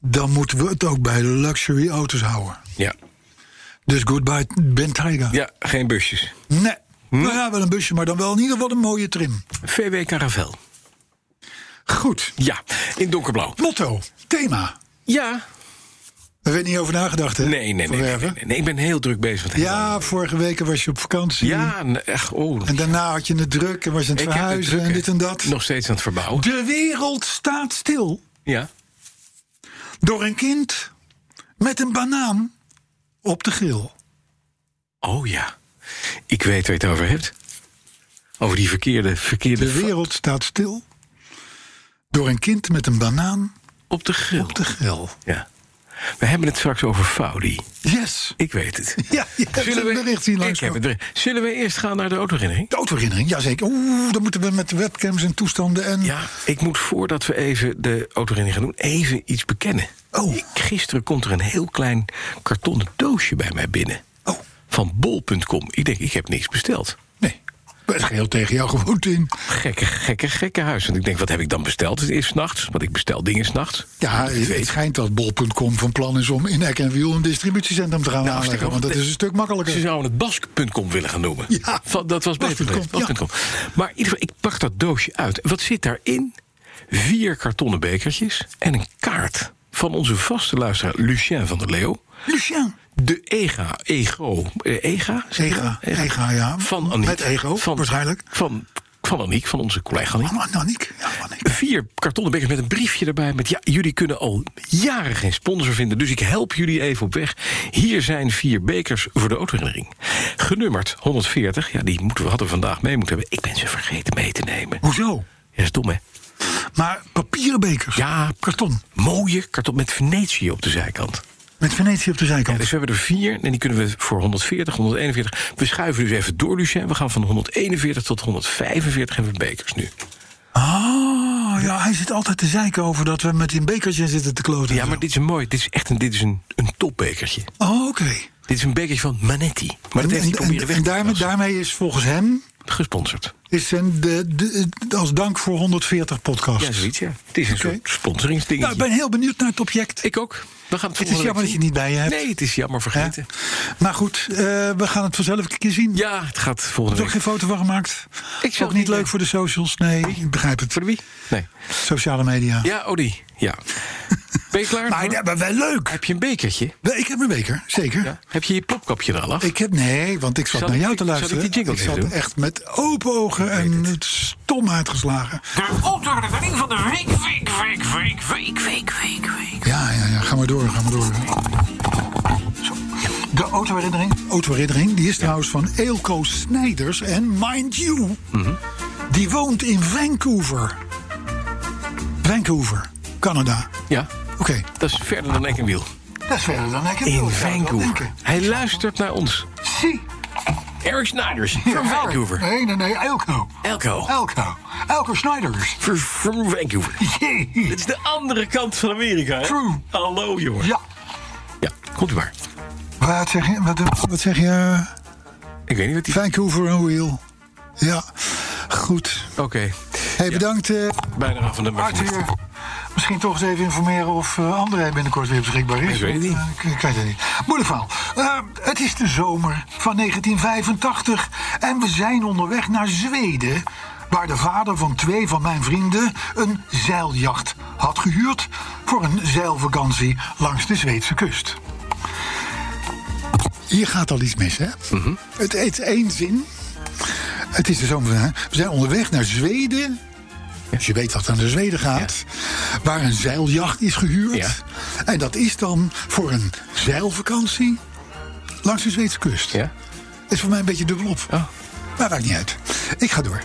Speaker 3: Dan moeten we het ook bij luxury auto's houden.
Speaker 4: Ja.
Speaker 3: Dus goodbye Bentayga.
Speaker 4: ja, Hm? geen busjes.
Speaker 3: Nee, we hebben wel een busje, maar dan wel in ieder geval een mooie trim.
Speaker 4: VW Caravel.
Speaker 3: Goed.
Speaker 4: Ja, in donkerblauw.
Speaker 3: Motto, thema.
Speaker 4: Ja.
Speaker 3: Daar werd niet over nagedacht, hè?
Speaker 4: Nee, nee, nee,
Speaker 3: Van
Speaker 4: nee, nee,
Speaker 3: Werven?
Speaker 4: nee, nee, Ik ben heel druk bezig met
Speaker 3: Ja, vorige week was je op vakantie.
Speaker 4: Ja, nee, echt. Oh,
Speaker 3: En daarna had je het druk en was je aan
Speaker 4: ik
Speaker 3: het
Speaker 4: heb het
Speaker 3: verhuizen
Speaker 4: druk,
Speaker 3: en
Speaker 4: hè.
Speaker 3: dit en dat.
Speaker 4: Nog steeds aan het verbouwen.
Speaker 3: De wereld staat stil
Speaker 4: Ja.
Speaker 3: door een kind met een banaan op de grill.
Speaker 4: Oh ja. Ik weet waar je het over hebt. Over die verkeerde, verkeerde
Speaker 3: De wereld staat stil door een kind met een banaan
Speaker 4: fa- op de grill.
Speaker 3: op de grill.
Speaker 4: Ja. We hebben het straks over Faudi.
Speaker 3: Yes.
Speaker 4: Ik weet het.
Speaker 3: Ja, je hebt het bericht zien
Speaker 4: ik
Speaker 3: langs.
Speaker 4: heb het bericht. Zullen we eerst gaan naar de autoherinnering?
Speaker 3: De autoherinnering, jazeker. Oeh, dan moeten we met webcams en toestanden en...
Speaker 4: Ja, ik moet voordat we even de autoherinnering gaan doen, even iets bekennen.
Speaker 3: Oh.
Speaker 4: Ik- Gisteren komt er een heel klein kartonnen doosje bij mij binnen.
Speaker 3: Oh,
Speaker 4: Van bol.com. Ik denk, ik heb niks besteld.
Speaker 3: nee. Het geheel tegen jouw gewoonte in.
Speaker 4: Gekke, gekke, gekke huis. Want ik denk, wat heb ik dan besteld? Het is 's nachts, want ik bestel dingen 's nachts.
Speaker 3: Ja, het schijnt dat bol.com van plan is om in Eck en Wiel een distributiecentrum te gaan aanleggen.
Speaker 4: hartstikke
Speaker 3: Want dat
Speaker 4: goed.
Speaker 3: is een stuk
Speaker 4: Nou, Ze
Speaker 3: makkelijker.
Speaker 4: zouden het Bask.com willen gaan noemen.
Speaker 3: Ja.
Speaker 4: Van, dat was beter.
Speaker 3: Bas.com,
Speaker 4: geweest.
Speaker 3: ja.
Speaker 4: Bas.com. Maar in ieder geval, ik pak dat doosje uit. Wat zit daarin? Vier kartonnen bekertjes en een kaart van onze vaste luisteraar Lucien van der Leeuw.
Speaker 3: Lucien.
Speaker 4: De EGA, EGO, eh, EGA? zeg je
Speaker 3: Ega,
Speaker 4: dat?
Speaker 3: Ega, ja.
Speaker 4: Van Aniek.
Speaker 3: Met ego,
Speaker 4: Van-
Speaker 3: waarschijnlijk.
Speaker 4: Van, van Aniek, van onze collega Aniek.
Speaker 3: Oh, Anniek. Ja, Anniek.
Speaker 4: Vier kartonnen bekers met een briefje erbij. Met ja, jullie kunnen al jaren geen sponsor vinden. Dus ik help jullie even op weg. Hier zijn vier bekers voor de autoherinnering. Genummerd 140. Ja, die moeten we hadden we vandaag mee moeten hebben. Ik ben ze vergeten mee te nemen. Ja,
Speaker 3: Hoezo?
Speaker 4: dat is dom, hè?
Speaker 3: Maar papieren bekers.
Speaker 4: Ja,
Speaker 3: Karton.
Speaker 4: mooie karton met Venetië op de zijkant.
Speaker 3: Met Venetië op de zijkant.
Speaker 4: Dus we hebben er vier en die kunnen we voor 140, 141. We schuiven dus even door, Lucien. We gaan van 141 tot 145 hebben we bekers nu.
Speaker 3: Oh. ja, hij zit altijd te zeiken over dat we met die bekertje zitten te kloten.
Speaker 4: Ja, maar dit is een mooi. Dit is echt een, dit is een, een topbekertje.
Speaker 3: Oh, oké.
Speaker 4: Dit is een bekertje van Manetti. Maar
Speaker 3: En,
Speaker 4: dat heeft hij
Speaker 3: en,
Speaker 4: proberen
Speaker 3: en,
Speaker 4: weg
Speaker 3: en
Speaker 4: te
Speaker 3: daarmee,
Speaker 4: krassen.
Speaker 3: daarmee is volgens hem,
Speaker 4: Gesponsord.
Speaker 3: is zijn de, de- de- als dank voor 140 podcasts.
Speaker 4: Ja, zoiets, ja. Het is een
Speaker 3: Oké.
Speaker 4: soort sponsoringsdingetje.
Speaker 3: nou, ik ben heel benieuwd naar het object.
Speaker 4: Ik ook. We gaan het,
Speaker 3: het is
Speaker 4: volgende
Speaker 3: jammer
Speaker 4: week
Speaker 3: dat je niet bij je
Speaker 4: zien.
Speaker 3: hebt.
Speaker 4: Nee, het is jammer
Speaker 3: hè?
Speaker 4: vergeten.
Speaker 3: Maar goed, eh, we gaan het vanzelf een keer zien.
Speaker 4: Ja, het gaat
Speaker 3: Er
Speaker 4: volgende
Speaker 3: is ook
Speaker 4: week.
Speaker 3: geen foto van gemaakt.
Speaker 4: het
Speaker 3: ook
Speaker 4: niet
Speaker 3: niet leuk
Speaker 4: doen.
Speaker 3: voor de socials. Nee, ik begrijp het.
Speaker 4: Voor wie? Nee.
Speaker 3: Sociale media.
Speaker 4: Ja, Odi. Ja. Ben je klaar?
Speaker 3: Maar, ja, maar wel leuk.
Speaker 4: Heb je een bekertje?
Speaker 3: Ik heb mijn beker, zeker.
Speaker 4: Ja. Heb je je plopkapje er al af?
Speaker 3: Ik heb, nee, want ik zat
Speaker 4: Zal
Speaker 3: naar
Speaker 4: ik-
Speaker 3: jou te
Speaker 4: zal ik
Speaker 3: luisteren.
Speaker 4: die jingle even
Speaker 3: zat
Speaker 4: doen?
Speaker 3: echt met open ogen en het stom uitgeslagen.
Speaker 5: De opdrachtwinning van de week, week, week, week, week, week, week, week.
Speaker 3: Ja, ja, ja, ga maar door, ga maar door. Zo. De autoherinnering. Autoherinnering, die is trouwens van Eelco Snijders. En mind you, die woont in Vancouver. Vancouver, Canada.
Speaker 4: Ja.
Speaker 3: Oké,
Speaker 4: Dat is verder dan Eck en Wiel.
Speaker 3: Oh, dat is verder dan ik het
Speaker 4: In Vancouver. Hij luistert naar ons.
Speaker 3: Zie.
Speaker 4: Eric Snijders van Vancouver.
Speaker 3: Nee, nee, nee, Elko.
Speaker 4: Elko.
Speaker 3: Elko. Elko Snijders.
Speaker 4: Ver- From Vancouver. Dit is de andere kant van Amerika, hè?
Speaker 3: True.
Speaker 4: Hallo, jongen.
Speaker 3: Ja.
Speaker 4: Ja, komt u maar.
Speaker 3: Wat zeg je? Wat, wat zeg je?
Speaker 4: Ik weet niet wat die...
Speaker 3: Vancouver en Wheel. Ja, goed.
Speaker 4: Oké.
Speaker 3: Hey, bedankt eh,
Speaker 4: Bijna af van de
Speaker 3: Arthur. Misschien toch eens even informeren of eh, André binnenkort weer beschikbaar is.
Speaker 4: Ik weet het niet.
Speaker 3: Eh, ik, ik weet het niet. Moeilijk verhaal. Eh, het is de zomer van 1985 en we zijn onderweg naar Zweden... waar de vader van twee van mijn vrienden een zeiljacht had gehuurd... voor een zeilvakantie langs de Zweedse kust. Hier gaat al iets mis, hè?
Speaker 4: Mhm.
Speaker 3: Het heeft één zin. Het is de zomer van... We zijn onderweg naar Zweden. Dus je weet dat het naar Zweden gaat. Waar een zeiljacht is gehuurd.
Speaker 4: Ja.
Speaker 3: En dat is dan voor een zeilvakantie langs de Zweedse kust.
Speaker 4: Ja?
Speaker 3: Is voor mij een beetje dubbelop.
Speaker 4: Oh.
Speaker 3: Maar maakt niet uit. Ik ga door.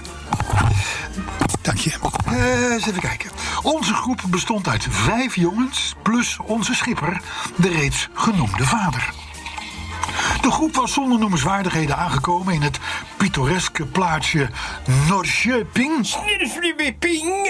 Speaker 3: Dank je. Eh, eens even kijken. Onze groep bestond uit vijf jongens plus onze schipper, de reeds genoemde vader. De groep was zonder noemenswaardigheden aangekomen in het pittoreske plaatsje Norrköping.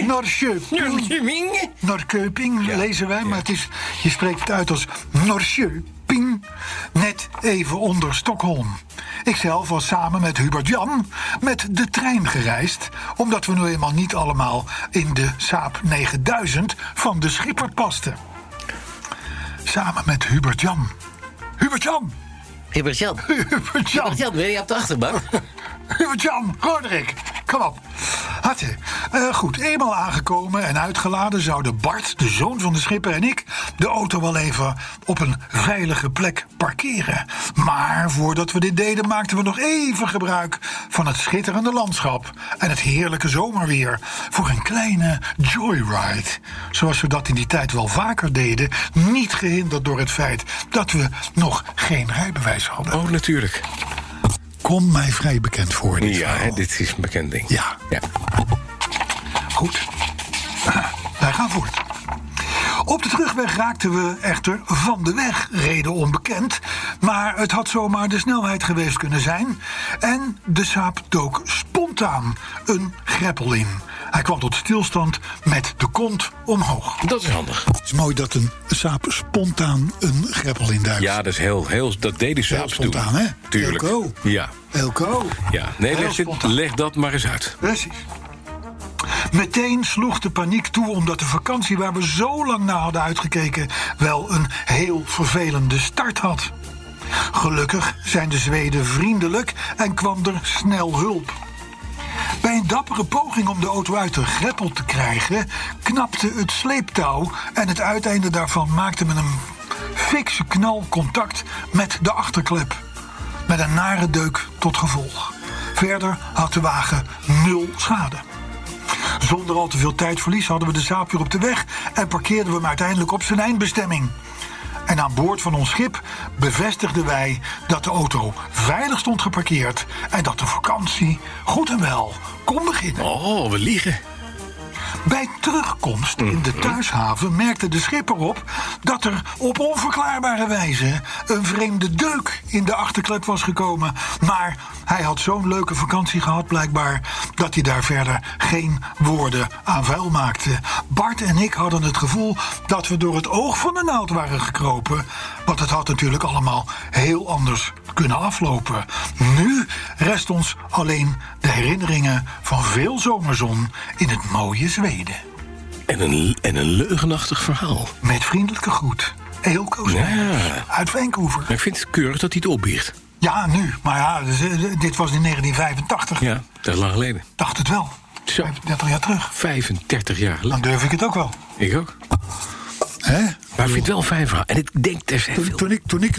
Speaker 3: Norrköping. Norrköping lezen wij, maar het is, je spreekt het uit als Norrköping. Net even onder Stockholm. Ikzelf was samen met Hubert Jan met de trein gereisd... omdat we nu eenmaal niet allemaal in de Saab 9000 van de schipper pasten. Samen met Hubert Jan. Hubert Jan!
Speaker 6: Hubert-Jan.
Speaker 3: Hubert Jan!
Speaker 6: Hubert-Jan, ben je op de achterbank?
Speaker 3: Jan, Roderick, kom op. Hatte. Eh, goed, eenmaal aangekomen en uitgeladen zouden Bart, de zoon van de schipper, en ik de auto wel even op een veilige plek parkeren. Maar voordat we dit deden, maakten we nog even gebruik van het schitterende landschap en het heerlijke zomerweer voor een kleine joyride. Zoals we dat in die tijd wel vaker deden, niet gehinderd door het feit dat we nog geen rijbewijs hadden.
Speaker 4: Oh, natuurlijk.
Speaker 3: Kom mij vrij bekend voor. Dit
Speaker 4: Ja,
Speaker 3: verhaal.
Speaker 4: hè, dit is een bekend ding.
Speaker 3: Ja.
Speaker 4: ja.
Speaker 3: Goed. Wij gaan voort. Op de terugweg raakten we echter van de weg, reden onbekend. Maar het had zomaar de snelheid geweest kunnen zijn. En de saap dook spontaan een greppel in. Hij kwam tot stilstand met de kont omhoog.
Speaker 4: Dat is handig.
Speaker 3: Het is mooi dat een saap spontaan een greppel in duikt.
Speaker 4: Ja, dat is heel, heel... Dat deden ze
Speaker 3: Heel spontaan, hè?
Speaker 4: Tuurlijk.
Speaker 3: Elko.
Speaker 4: Ja.
Speaker 3: Elko.
Speaker 4: Ja. Nee,
Speaker 3: Heel
Speaker 4: leg, dit-
Speaker 3: spontaan.
Speaker 4: leg dat maar eens uit.
Speaker 3: Precies. Meteen sloeg de paniek toe omdat de vakantie waar we zo lang naar hadden uitgekeken wel een heel vervelende start had. Gelukkig zijn de Zweden vriendelijk en kwam er snel hulp. Bij een dappere poging om de auto uit de greppel te krijgen, knapte het sleeptouw en het uiteinde daarvan maakte met een fikse knal contact met de achterklep. Met een nare deuk tot gevolg. Verder had de wagen nul schade. Zonder al te veel tijdverlies hadden we de zaap weer op de weg en parkeerden we hem uiteindelijk op zijn eindbestemming. En aan boord van ons schip bevestigden wij dat de auto veilig stond geparkeerd en dat de vakantie goed en wel kon beginnen.
Speaker 4: Oh, we liegen.
Speaker 3: Bij terugkomst in de thuishaven merkte de schipper op dat er op onverklaarbare wijze een vreemde deuk in de achterklep was gekomen. Maar hij had zo'n leuke vakantie gehad, blijkbaar, dat hij daar verder geen woorden aan vuil maakte. Bart en ik hadden het gevoel dat we door het oog van de naald waren gekropen. Want het had natuurlijk allemaal heel anders kunnen aflopen. Nu rest ons alleen de herinneringen van veel zomerzon in het mooie Zweden.
Speaker 4: En een, en een leugenachtig verhaal.
Speaker 3: Met vriendelijke groet. Eelco Snijders
Speaker 4: Ja.
Speaker 3: uit Vancouver.
Speaker 4: Maar ik vind het keurig dat hij het opbiecht.
Speaker 3: Ja, nu. Maar ja, dus, eh, dit was in 1985.
Speaker 4: Ja, dat is lang geleden.
Speaker 3: Dacht het wel.
Speaker 4: Zo.
Speaker 3: 30 jaar terug.
Speaker 4: 35 jaar
Speaker 3: Dan
Speaker 4: geleden.
Speaker 3: durf ik het ook wel.
Speaker 4: Ik ook.
Speaker 3: Hè?
Speaker 4: Maar ik vind het wel een fijn verhaal. En ik denk er zijn
Speaker 3: Toen,
Speaker 4: veel.
Speaker 3: toen ik, toen ik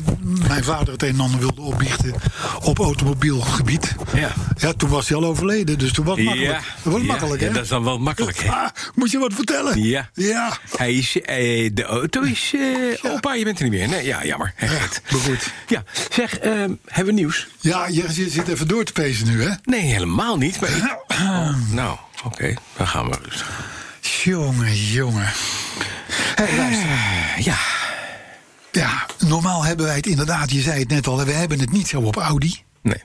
Speaker 3: mijn vader het een en ander wilde opbiechten op automobielgebied.
Speaker 4: Ja.
Speaker 3: Ja, toen was hij al overleden, dus toen was het makkelijk. dat was
Speaker 4: ja,
Speaker 3: makkelijk,
Speaker 4: ja,
Speaker 3: hè?
Speaker 4: dat is dan wel makkelijk, hè?
Speaker 3: Ah, moet je wat vertellen?
Speaker 4: Ja.
Speaker 3: Ja.
Speaker 4: Hij is, eh, de auto is... eh, Opa, je bent er niet meer. Nee, ja, jammer. Hij gaat.
Speaker 3: maar goed.
Speaker 4: Ja, zeg, ehm, hebben we nieuws?
Speaker 3: Ja, je, je zit even door te pezen nu, hè?
Speaker 4: Nee, helemaal niet. Maar ik- Oh, nou, oké. Dan gaan we rustig.
Speaker 3: Jongen, jongen. Hey, luister.
Speaker 4: Eh, Ja,
Speaker 3: Ja, normaal hebben wij het inderdaad, je zei het net al, hè, we hebben het niet zo op Audi.
Speaker 4: nee.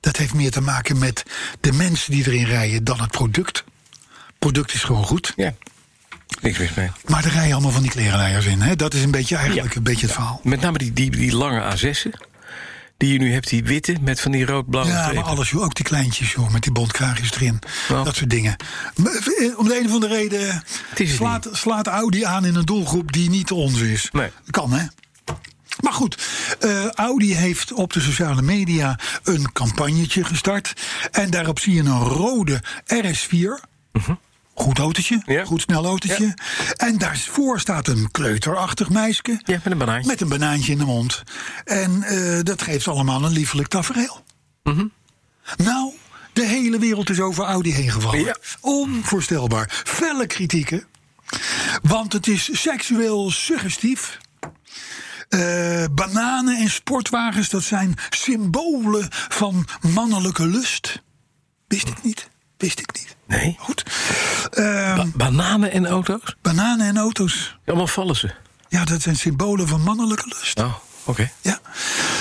Speaker 3: Dat heeft meer te maken met de mensen die erin rijden dan het product. product is gewoon goed.
Speaker 4: Ja. Niks mis mee.
Speaker 3: Maar er rijden allemaal van die klerenleiders in. Hè? Dat is een beetje eigenlijk
Speaker 4: Ja.
Speaker 3: een beetje het verhaal.
Speaker 4: Met name die, die, die lange A6'en. Die je nu hebt, die witte, met van die rood-blauwe
Speaker 3: Ja, maar
Speaker 4: strepen.
Speaker 3: alles, joh. ook die kleintjes joh, met die bondkraagjes erin.
Speaker 4: Ja.
Speaker 3: Dat soort dingen. Maar, eh, Om de een of andere reden
Speaker 4: is het
Speaker 3: slaat, slaat Audi aan in een doelgroep die niet de onze is.
Speaker 4: Nee.
Speaker 3: Kan hè? Maar goed, eh, Audi heeft op de sociale media een campagnetje gestart. En daarop zie je een rode RS4. Goed autootje,
Speaker 4: Mhm. Ja.
Speaker 3: goed snel autootje. En daarvoor staat een kleuterachtig meisje.
Speaker 4: Ja, met een banaantje.
Speaker 3: Met een banaantje in de mond. En eh, dat geeft allemaal een liefelijk tafereel. Nou, de hele wereld is over Audi heen gevallen.
Speaker 4: Ja.
Speaker 3: Onvoorstelbaar. Felle kritieken. Want het is seksueel suggestief. Eh, bananen en sportwagens, dat zijn symbolen van mannelijke lust. Wist ik niet. Wist ik niet.
Speaker 4: Nee.
Speaker 3: Goed. Eh,
Speaker 4: Ba- bananen en auto's?
Speaker 3: bananen en auto's.
Speaker 4: Allemaal vallen ze.
Speaker 3: Ja, dat zijn symbolen van mannelijke lust.
Speaker 4: Oh, oké.
Speaker 3: Ja.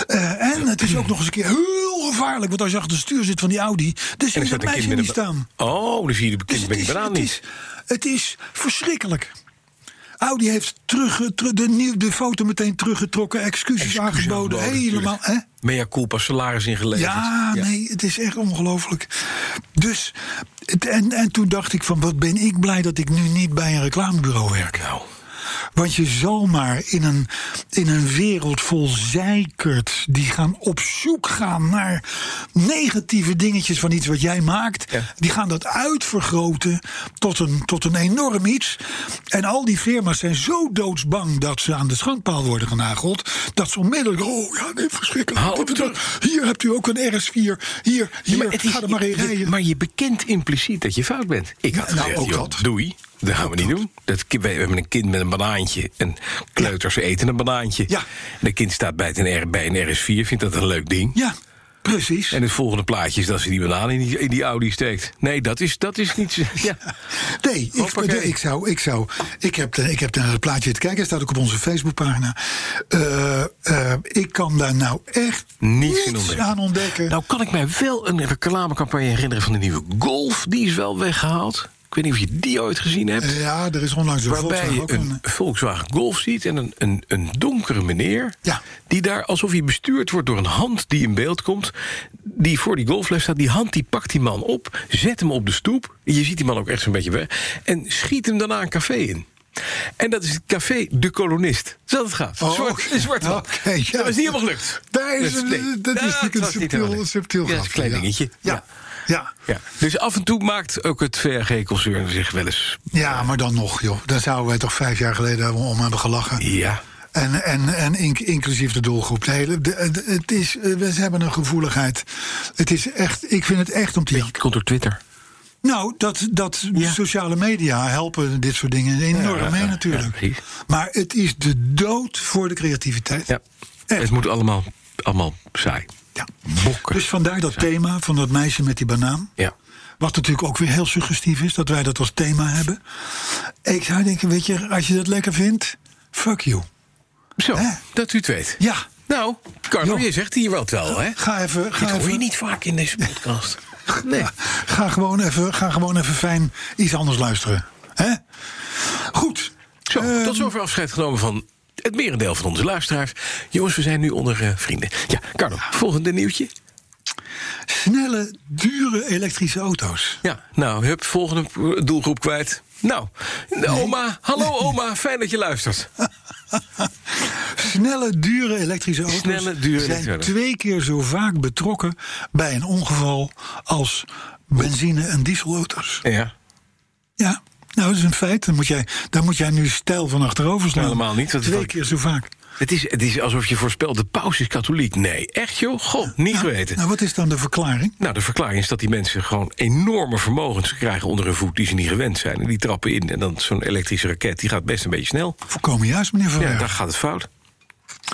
Speaker 3: Eh, en het is ook nog eens een keer heel gevaarlijk. Want als je achter het stuur zit van die Audi, dan zie je dat meisje niet
Speaker 4: ba-
Speaker 3: staan.
Speaker 4: Oh, dan zie je de
Speaker 3: Dus
Speaker 4: kind met die banaan
Speaker 3: het, is,
Speaker 4: niet.
Speaker 3: het is verschrikkelijk. Audi heeft terugge- teru- de, nieuw- de foto meteen teruggetrokken, excuses
Speaker 4: Excuus
Speaker 3: aangeboden.
Speaker 4: aangeboden,
Speaker 3: Helemaal, hè?
Speaker 4: Mea culpa, salaris ingeleverd.
Speaker 3: Ja, nee, het is echt ongelooflijk. Dus, het- en, en toen dacht ik van, wat ben ik blij dat ik nu niet bij een reclamebureau werk.
Speaker 4: Nou,
Speaker 3: Want je zal maar in een, in een wereld vol zeikert... die gaan op zoek gaan naar negatieve dingetjes van iets wat jij maakt...
Speaker 4: Ja.
Speaker 3: die gaan dat uitvergroten tot een, tot een enorm iets. En al die firma's zijn zo doodsbang dat ze aan de schandpaal worden genageld... dat ze onmiddellijk, oh ja, nee, verschrikkelijk.
Speaker 4: Haal het
Speaker 3: Hier hebt u ook een RS4. Hier, hier,
Speaker 4: het
Speaker 3: ga er maar in
Speaker 4: je-
Speaker 3: rijden.
Speaker 4: maar je bekent impliciet dat je fout bent. Ik had
Speaker 3: Ja, nou,
Speaker 4: gezegd,
Speaker 3: ook
Speaker 4: joh,
Speaker 3: dat.
Speaker 4: doei, dat gaan we niet doen. Dat, ki- wij- we hebben een kind met een banaantje. En kleuters eten een banaantje.
Speaker 3: Ja.
Speaker 4: En een kind staat bij, het een, R- bij een RS4, vindt dat een leuk ding.
Speaker 3: Ja, precies.
Speaker 4: En het volgende plaatje is dat ze die banaan in die, in die Audi steekt. Nee, dat is, dat is niet... zo- Ja.
Speaker 3: Nee, ik,
Speaker 4: Hoppakee.
Speaker 3: ik zou. Ik, zou ik, heb, de- ik heb naar het plaatje te kijken. Het staat ook op onze Facebookpagina. Eh, eh, ik kan daar nou echt
Speaker 4: Niets in
Speaker 3: niets
Speaker 4: ontdekken.
Speaker 3: aan ontdekken.
Speaker 4: Nou kan ik mij wel een reclamecampagne herinneren van de nieuwe Golf. Die is wel weggehaald. Ik weet niet of je die ooit gezien hebt.
Speaker 3: Eh, ja, er is onlangs een
Speaker 4: Waarbij
Speaker 3: Volkswagen
Speaker 4: je
Speaker 3: ook
Speaker 4: een
Speaker 3: een. eh,
Speaker 4: Volkswagen Golf ziet en een, een, een donkere meneer...
Speaker 3: Ja.
Speaker 4: die daar alsof hij bestuurd wordt door een hand die in beeld komt... die voor die golfles staat. Die hand die pakt die man op, zet hem op de stoep... je ziet die man ook echt zo'n beetje weg... en schiet hem daarna een café in. En dat is het café De Kolonist. Zo dat het gaat.
Speaker 3: Oh,
Speaker 4: Zwart,
Speaker 3: oké.
Speaker 4: een zwart man.
Speaker 3: Oké, ja.
Speaker 4: Dat is niet helemaal gelukt.
Speaker 3: Daar is
Speaker 4: Dat
Speaker 3: een-
Speaker 4: nee,
Speaker 3: dat is
Speaker 4: dat
Speaker 3: natuurlijk een
Speaker 4: was niet
Speaker 3: subtiel-
Speaker 4: helemaal gelukt.
Speaker 3: subtiel
Speaker 4: Ja, dat is een
Speaker 3: grapje,
Speaker 4: klein
Speaker 3: ja.
Speaker 4: dingetje.
Speaker 3: Ja. Ja.
Speaker 4: Ja. Dus af en toe maakt ook het VRG-concern zich wel eens...
Speaker 3: ja, maar dan nog, joh. Daar zouden wij toch vijf jaar geleden om hebben gelachen.
Speaker 4: Ja,
Speaker 3: En, en, en in- inclusief de doelgroep. De hele, de- de- het is, eh, we ze hebben een gevoeligheid. Het is echt, ik vind het echt om te janken.
Speaker 4: het komt door Twitter.
Speaker 3: Nou, dat, dat
Speaker 4: Ja.
Speaker 3: sociale media helpen dit soort dingen enorm
Speaker 4: Ja,
Speaker 3: mee
Speaker 4: ja, ja,
Speaker 3: natuurlijk.
Speaker 4: precies.
Speaker 3: maar het is de dood voor de creativiteit.
Speaker 4: Ja.
Speaker 3: Echt.
Speaker 4: Het moet allemaal, allemaal saai.
Speaker 3: Ja.
Speaker 4: Bokken. Dus-
Speaker 3: Dus vandaar dat thema van dat meisje met die banaan.
Speaker 4: ja.
Speaker 3: Wat natuurlijk ook weer heel suggestief is dat wij dat als thema hebben. Ik zou denken, weet je, als je dat lekker vindt, fuck you.
Speaker 4: Zo,
Speaker 3: Hè?
Speaker 4: dat u het weet.
Speaker 3: Ja,
Speaker 4: Nou, Carlo,
Speaker 3: Jo.
Speaker 4: je zegt hier wat wel, hè?
Speaker 3: ga even. Ga
Speaker 4: Dit hoor je
Speaker 3: even
Speaker 4: niet vaak in deze podcast. Nee.
Speaker 3: Ga gewoon even, ga gewoon even fijn iets anders luisteren. Hè? Goed.
Speaker 4: Zo,
Speaker 3: Ehm,
Speaker 4: Eh, tot zover afscheid genomen van het merendeel van onze luisteraars. Jongens, we zijn nu onder eh, vrienden. Ja, Carlo, volgende nieuwtje.
Speaker 3: Snelle, dure elektrische auto's.
Speaker 4: Ja, nou, hup, volgende eh, doelgroep kwijt. Nou, oma, hallo oma, fijn dat je luistert.
Speaker 3: Snelle, dure elektrische auto's
Speaker 4: Snelle, dure elektrische
Speaker 3: zijn
Speaker 4: auto's.
Speaker 3: twee keer zo vaak betrokken bij een ongeval als benzine- en dieselauto's.
Speaker 4: Ja,
Speaker 3: Ja, nou, dat is een feit. Dan moet jij, daar moet jij nu stijl van achterover slaan.
Speaker 4: Helemaal niet, want-
Speaker 3: Twee keer zo vaak.
Speaker 4: het is, het is alsof je voorspelt, de paus is katholiek. Nee, echt joh, god, niet
Speaker 3: Nou,
Speaker 4: weten.
Speaker 3: nou, wat is dan de verklaring?
Speaker 4: Nou, de verklaring is dat die mensen gewoon enorme vermogens krijgen onder hun voet die ze niet gewend zijn. En die trappen in en dan zo'n elektrische raket, die gaat best een beetje snel.
Speaker 3: Volkomen juist, meneer Van
Speaker 4: Ja,
Speaker 3: Berg.
Speaker 4: daar gaat het fout.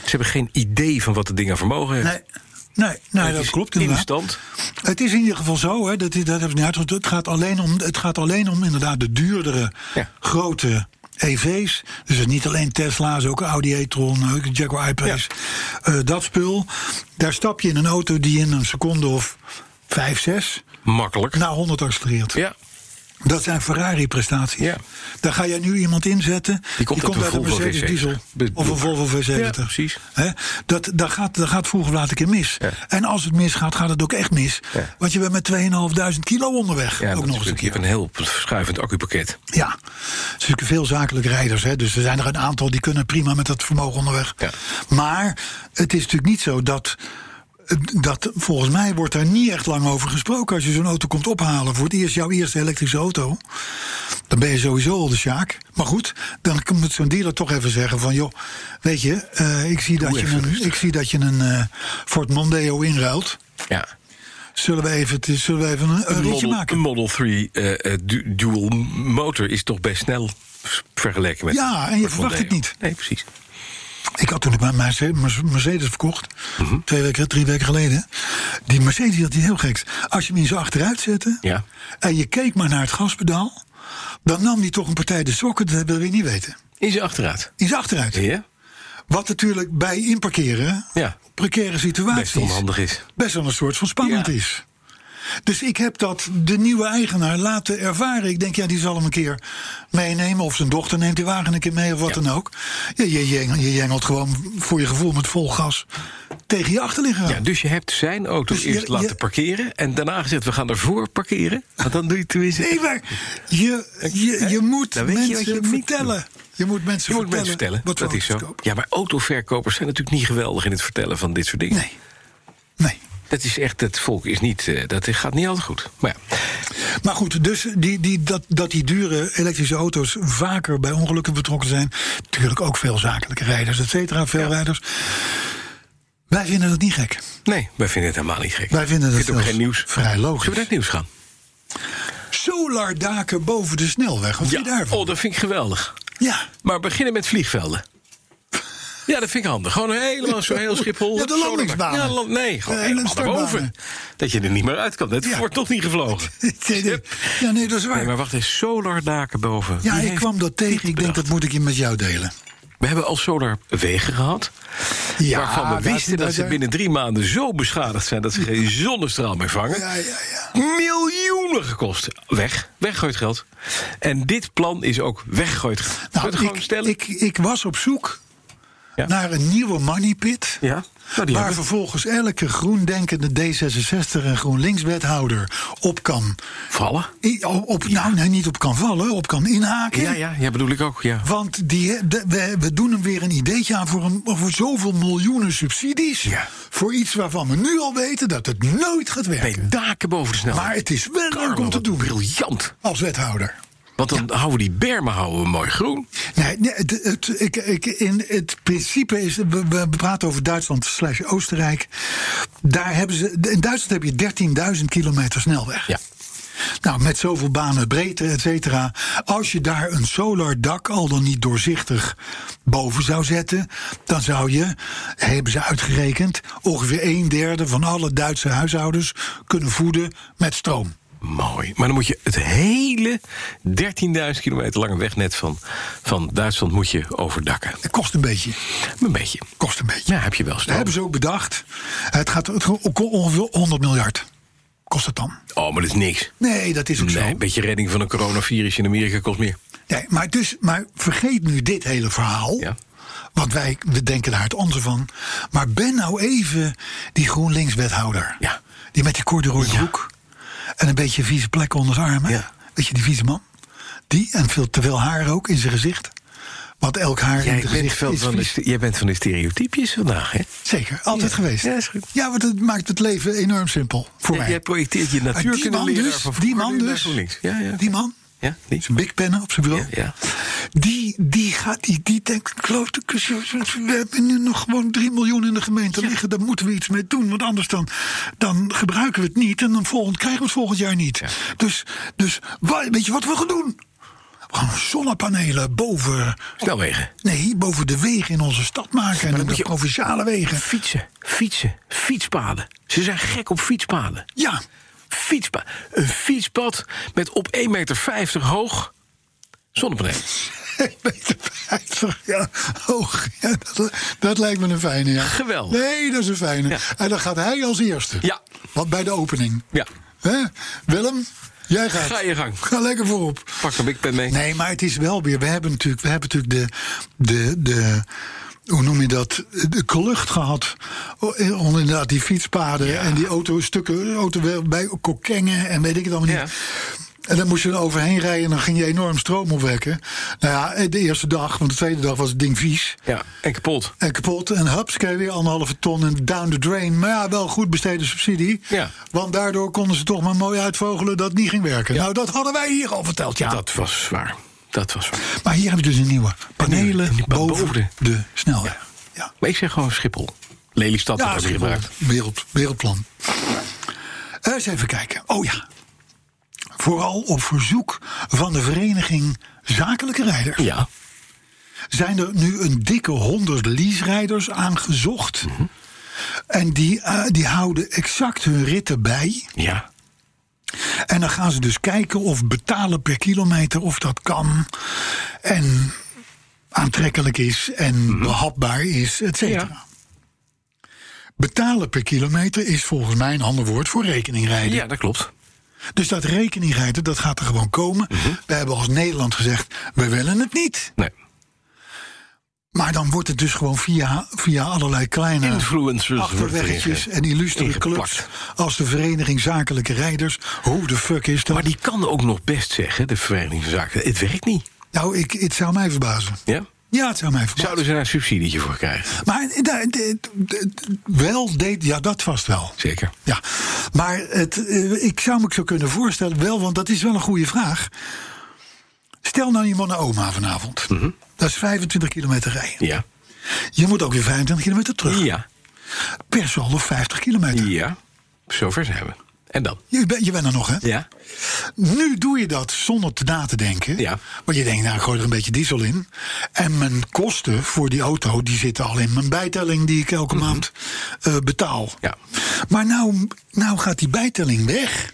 Speaker 4: Ze hebben geen idee van wat de dingen vermogen hebben.
Speaker 3: Nee, nee, nee
Speaker 4: Het
Speaker 3: dat
Speaker 4: is
Speaker 3: klopt inderdaad.
Speaker 4: instant.
Speaker 3: Het is in ieder geval zo, hè, dat, dat hebben ze niet uitgedrukt. Het gaat alleen om, het gaat alleen om inderdaad de duurdere
Speaker 4: Ja.
Speaker 3: grote EV's. Dus het is niet alleen Tesla's, ook Audi e-tron, ook Jaguar I-Pace. Eh, dat spul. Daar stap je in een auto die in een seconde of vijf, zes
Speaker 4: Makkelijk.
Speaker 3: naar 100 accelereert.
Speaker 4: Ja,
Speaker 3: Dat zijn Ferrari-prestaties.
Speaker 4: Ja.
Speaker 3: Daar ga jij nu iemand inzetten.
Speaker 4: Die komt uit een Volvo
Speaker 3: Mercedes
Speaker 4: V70.
Speaker 3: diesel
Speaker 4: Be-
Speaker 3: of een Volvo V70.
Speaker 4: Ja, precies.
Speaker 3: Hè? Dat, dat, gaat, dat gaat vroeg of laat een keer mis.
Speaker 4: Ja.
Speaker 3: En als het misgaat, gaat het ook echt mis.
Speaker 4: Ja.
Speaker 3: Want je bent met 2.500 kilo onderweg.
Speaker 4: ja
Speaker 3: ook
Speaker 4: dat
Speaker 3: nog
Speaker 4: is-
Speaker 3: eens een
Speaker 4: je hebt
Speaker 3: keer.
Speaker 4: een heel verschuivend accupakket.
Speaker 3: Ja, het is natuurlijk veel zakelijke rijders. Hè? Dus er zijn er een aantal die kunnen prima met dat vermogen onderweg.
Speaker 4: Ja.
Speaker 3: Maar het is natuurlijk niet zo dat... Dat, volgens mij wordt daar niet echt lang over gesproken. Als je zo'n auto komt ophalen voor het eerst, jouw eerste elektrische auto. Dan ben je sowieso al de Sjaak. Maar goed, dan moet zo'n dealer toch even zeggen van... joh, weet je, eh, ik, zie dat je
Speaker 4: even
Speaker 3: een,
Speaker 4: rustig.
Speaker 3: ik zie dat je een eh, Ford Mondeo inruilt.
Speaker 4: Ja.
Speaker 3: Zullen we even, het is- zullen we even een, een ritje
Speaker 4: Model,
Speaker 3: maken?
Speaker 4: een Model 3 eh, eh, du- dual motor is toch best snel vergeleken met...
Speaker 3: Ja, en je
Speaker 4: met
Speaker 3: verwacht het
Speaker 4: Mondeo.
Speaker 3: niet.
Speaker 4: Nee, precies.
Speaker 3: Ik had toen ik mijn Merce- Mercedes verkocht,
Speaker 4: Mhm.
Speaker 3: twee weken, drie weken geleden. Die Mercedes had die heel geks. Als je hem in zo achteruit zette
Speaker 4: Ja.
Speaker 3: en je keek maar naar het gaspedaal, dan nam die toch een partij de sokken, dat wil je niet weten.
Speaker 4: In zijn achteruit.
Speaker 3: In zijn achteruit.
Speaker 4: Ja?
Speaker 3: Wat natuurlijk bij inparkeren,
Speaker 4: Ja.
Speaker 3: precaire
Speaker 4: Best
Speaker 3: situaties,
Speaker 4: onhandig is.
Speaker 3: best wel een soort van spannend
Speaker 4: Ja.
Speaker 3: is. Dus ik heb dat de nieuwe eigenaar laten ervaren. Ik denk, ja, die zal hem een keer meenemen. Of zijn dochter neemt die wagen een keer mee of wat
Speaker 4: Ja.
Speaker 3: dan ook. Ja, je, jeng- je jengelt gewoon voor je gevoel met vol gas tegen je achterligger aan.
Speaker 4: Ja, dus je hebt zijn auto
Speaker 3: Dus je-
Speaker 4: eerst laten
Speaker 3: je-
Speaker 4: parkeren... en daarna gezegd, we gaan ervoor parkeren. Want dan doe je tenminste...
Speaker 3: Nee, maar je, je, je
Speaker 4: Hè?
Speaker 3: moet
Speaker 4: Dan weet je
Speaker 3: mensen
Speaker 4: wat je moet
Speaker 3: vertellen. Je moet mensen
Speaker 4: Je
Speaker 3: vertellen,
Speaker 4: moet mensen vertellen,
Speaker 3: wat voor
Speaker 4: dat is
Speaker 3: auto's
Speaker 4: zo.
Speaker 3: kopen.
Speaker 4: Ja, maar autoverkopers zijn natuurlijk niet geweldig in het vertellen van dit soort dingen.
Speaker 3: Nee, nee.
Speaker 4: Dat is echt, het volk is niet, eh, dat gaat niet altijd goed. Maar ja,
Speaker 3: Maar goed, dus die, die, dat, dat die dure elektrische auto's vaker bij ongelukken betrokken zijn. Natuurlijk ook veel zakelijke rijders, et cetera, veel rijders. Wij vinden dat niet gek.
Speaker 4: nee, wij vinden het helemaal niet gek.
Speaker 3: Wij vinden dat
Speaker 4: Vindt ook
Speaker 3: zelfs
Speaker 4: geen nieuws.
Speaker 3: vrij logisch.
Speaker 4: Zullen we naar het nieuws gaan?
Speaker 3: Solardaken boven de snelweg, wat vind je daarvan?
Speaker 4: oh, dat vind ik geweldig.
Speaker 3: ja.
Speaker 4: Maar beginnen met vliegvelden. Ja, dat vind ik handig. Gewoon helemaal zo heel Schiphol.
Speaker 3: Ja, de
Speaker 4: zo
Speaker 3: landingsbanen.
Speaker 4: naar- Ja, land- nee, gewoon
Speaker 3: De
Speaker 4: helemaal naar boven.
Speaker 3: landingsbanen.
Speaker 4: Dat je er niet meer uit kan. Het
Speaker 3: Ja.
Speaker 4: wordt toch niet gevlogen.
Speaker 3: ja, nee, dat is waar.
Speaker 4: Nee, maar wacht eens. Solardaken boven.
Speaker 3: ja,
Speaker 4: Wie
Speaker 3: ik
Speaker 4: heeft
Speaker 3: kwam dat
Speaker 4: dit
Speaker 3: tegen. Ik denk,
Speaker 4: bedacht?
Speaker 3: dat moet ik je met jou delen.
Speaker 4: We hebben al solarwegen gehad.
Speaker 3: Ja,
Speaker 4: waarvan we
Speaker 3: daar-
Speaker 4: wisten dat
Speaker 3: daar-
Speaker 4: ze
Speaker 3: daar-
Speaker 4: binnen drie maanden zo beschadigd zijn dat ze geen zonnestraal meer vangen.
Speaker 3: Ja, ja, ja.
Speaker 4: Miljoenen gekost. Weg. Weggooid geld. En dit plan is ook weggooid geld. Kun je
Speaker 3: Nou,
Speaker 4: het gewoon
Speaker 3: ik,
Speaker 4: stellen?
Speaker 3: ik, ik was op zoek
Speaker 4: Ja.
Speaker 3: naar een nieuwe money pit.
Speaker 4: ja. Nou, die
Speaker 3: waar
Speaker 4: hebben we.
Speaker 3: vervolgens elke groendenkende D66 en GroenLinks-wethouder op kan.
Speaker 4: vallen.
Speaker 3: i- Op, op- Nou, nee, niet op kan vallen, op kan inhaken.
Speaker 4: Ja, ja, ja, bedoel ik ook. Ja.
Speaker 3: Want die, de- we, we doen hem weer een ideetje aan voor, een, voor zoveel miljoenen subsidies.
Speaker 4: Ja.
Speaker 3: Voor iets waarvan we nu al weten dat het nooit gaat werken.
Speaker 4: Nee, daken boven de snelheid.
Speaker 3: maar het is wel
Speaker 4: Carlo,
Speaker 3: leuk om te
Speaker 4: wat
Speaker 3: doen
Speaker 4: Briljant.
Speaker 3: als wethouder.
Speaker 4: Want dan houden we die bermen houden we mooi groen.
Speaker 3: Nee, nee, het, het, ik, ik, in het principe is, we, we praten over Duitsland slash Oostenrijk. Daar hebben ze, in Duitsland heb je 13.000 kilometer snelweg.
Speaker 4: Ja.
Speaker 3: Nou, met zoveel banen breedte, et cetera. Als je daar een solardak, al dan niet doorzichtig, boven zou zetten... dan zou je, hebben ze uitgerekend... ongeveer een derde van alle Duitse huishoudens kunnen voeden met stroom.
Speaker 4: Mooi. Maar dan moet je het hele 13.000 kilometer lange wegnet van, van Duitsland moet je overdakken.
Speaker 3: Het kost een beetje.
Speaker 4: Een beetje.
Speaker 3: Kost een beetje.
Speaker 4: Ja, heb je wel
Speaker 3: Dat
Speaker 4: staan.
Speaker 3: hebben ze ook bedacht. Het gaat het ko- ko- ongeveer 100 miljard. Kost het dan?
Speaker 4: Oh, maar dat is niks.
Speaker 3: Nee, dat is ook
Speaker 4: Nee,
Speaker 3: zo.
Speaker 4: een beetje redding van een coronavirus in Amerika kost meer.
Speaker 3: Nee, maar, dus, maar vergeet nu dit hele verhaal.
Speaker 4: Ja.
Speaker 3: Want wij we denken daar het onze van. Maar ben nou even die GroenLinks-wethouder.
Speaker 4: Ja.
Speaker 3: Die met die corduroy broek. En een beetje vieze plek onder zijn armen.
Speaker 4: Ja.
Speaker 3: Weet je, die vieze man. Die en veel te veel haar ook in zijn gezicht. Want elk haar in
Speaker 4: Jij
Speaker 3: het
Speaker 4: bent,
Speaker 3: gezicht
Speaker 4: van,
Speaker 3: is
Speaker 4: van de,
Speaker 3: vies.
Speaker 4: ste- jij bent van de stereotypjes vandaag, hè?
Speaker 3: Zeker, altijd
Speaker 4: Ja.
Speaker 3: geweest.
Speaker 4: Ja, is goed.
Speaker 3: Ja, want het maakt het leven enorm simpel voor
Speaker 4: Jij,
Speaker 3: mij.
Speaker 4: jij projecteert je
Speaker 3: Maar die
Speaker 4: natuurkunde
Speaker 3: man dus, die man dus,
Speaker 4: Ja, ja.
Speaker 3: die man,
Speaker 4: Ja, die.
Speaker 3: zijn big pennen op zijn bureau,
Speaker 4: Ja, ja.
Speaker 3: Die, die gaat, die, die denkt, klote kussens, we hebben nu nog gewoon 3 miljoen in de gemeente liggen, daar moeten we iets mee doen, want anders dan, dan gebruiken we het niet en dan volgend, krijgen we het volgend jaar niet. Dus, dus wa- weet je wat we gaan doen? We gaan zonnepanelen boven,
Speaker 4: Snelwegen.
Speaker 3: nee, boven de wegen in onze stad maken en dan
Speaker 4: moet
Speaker 3: de
Speaker 4: je-
Speaker 3: provinciale wegen.
Speaker 4: Fietsen, fietsen, fietspaden. Ze zijn gek op fietspaden.
Speaker 3: Ja,
Speaker 4: Fietspad. Een fietspad met op 1,50 meter hoog zonnepanelen.
Speaker 3: 1,50 ja, hoog. Ja, dat, dat lijkt me een fijne, ja.
Speaker 4: Geweldig.
Speaker 3: Nee, dat is een fijne.
Speaker 4: Ja.
Speaker 3: En dan gaat hij als eerste.
Speaker 4: Ja.
Speaker 3: Wat bij de opening.
Speaker 4: Ja.
Speaker 3: Hè? Willem, jij gaat.
Speaker 4: Ga je gang.
Speaker 3: Ga lekker voorop.
Speaker 4: Pak een big pen mee.
Speaker 3: Nee, maar het is wel weer. We hebben natuurlijk, we hebben natuurlijk de, de, de. Hoe noem je dat? De klucht gehad. Om inderdaad die fietspaden en die autostukken. Auto bij Kokkengen en weet ik het allemaal niet.
Speaker 4: Ja.
Speaker 3: En dan moest je er overheen rijden en dan ging je enorm stroom opwekken. Nou ja, de eerste dag, want de tweede dag was het ding vies.
Speaker 4: Ja, en kapot.
Speaker 3: En kapot. En hups, kreeg je weer anderhalve ton en down the drain. Maar ja, wel goed besteden subsidie.
Speaker 4: Ja.
Speaker 3: Want daardoor konden ze toch maar mooi uitvogelen dat het niet ging werken. Nou, dat hadden wij hier al verteld, ja.
Speaker 4: Dat was zwaar. Dat was zwaar.
Speaker 3: Maar hier hebben we dus een nieuwe. Panelen
Speaker 4: Een nieuwe-
Speaker 3: boven,
Speaker 4: boven
Speaker 3: de snelweg. Ja,
Speaker 4: Maar ik zeg gewoon Schiphol. Lelystad
Speaker 3: ja.
Speaker 4: wordt weer gebruikt.
Speaker 3: wereld, wereldplan. Eens even kijken. Oh ja. Vooral op verzoek van de vereniging Zakelijke Rijders...
Speaker 4: Ja.
Speaker 3: zijn er nu een dikke honderd lease-rijders aangezocht. En die, eh, die houden exact hun ritten bij.
Speaker 4: Ja.
Speaker 3: En dan gaan ze dus kijken of betalen per kilometer of dat kan. En aantrekkelijk is en
Speaker 4: Mhm.
Speaker 3: behapbaar is, et cetera. Betalen per kilometer is volgens mij een ander woord voor rekeningrijden.
Speaker 4: Ja, dat klopt.
Speaker 3: Dus dat rekeningrijden, dat gaat er gewoon komen.
Speaker 4: Mhm.
Speaker 3: We hebben als Nederland gezegd, we willen het niet.
Speaker 4: Nee.
Speaker 3: Maar dan wordt het dus gewoon via, via allerlei kleine
Speaker 4: Influencers
Speaker 3: achterweggetjes
Speaker 4: worden
Speaker 3: en illustere
Speaker 4: ingeplakt.
Speaker 3: clubs... als de Vereniging Zakelijke Rijders. Hoe de fuck is dat?
Speaker 4: Maar die kan ook nog best zeggen, de Vereniging van Zaken, het werkt niet.
Speaker 3: Nou, ik, het zou mij verbazen.
Speaker 4: Ja?
Speaker 3: Ja, het zou mij verbazen.
Speaker 4: Zouden ze daar een subsidietje voor krijgen?
Speaker 3: Maar eh, de- de- de- wel deed... Ja, dat vast wel.
Speaker 4: Zeker.
Speaker 3: Ja, maar het, eh, ik zou me zo kunnen voorstellen, wel, want dat is wel een goede vraag. Stel nou je man naar oma vanavond.
Speaker 4: Mhm.
Speaker 3: Dat is 25 kilometer rijden.
Speaker 4: Ja.
Speaker 3: Je moet ook weer 25 kilometer terug.
Speaker 4: Ja.
Speaker 3: Per saldo 50 kilometer.
Speaker 4: Ja. Zover zijn we. En dan?
Speaker 3: Je, bent- je bent er nog, hè?
Speaker 4: Ja.
Speaker 3: Nu doe je dat zonder te na te denken.
Speaker 4: Ja.
Speaker 3: Want je denkt, nou, ik gooi er een beetje diesel in. En mijn kosten voor die auto, die zitten al in mijn bijtelling die ik elke maand eh, betaal.
Speaker 4: Mhm. Ja.
Speaker 3: Maar nou, nou gaat die bijtelling weg.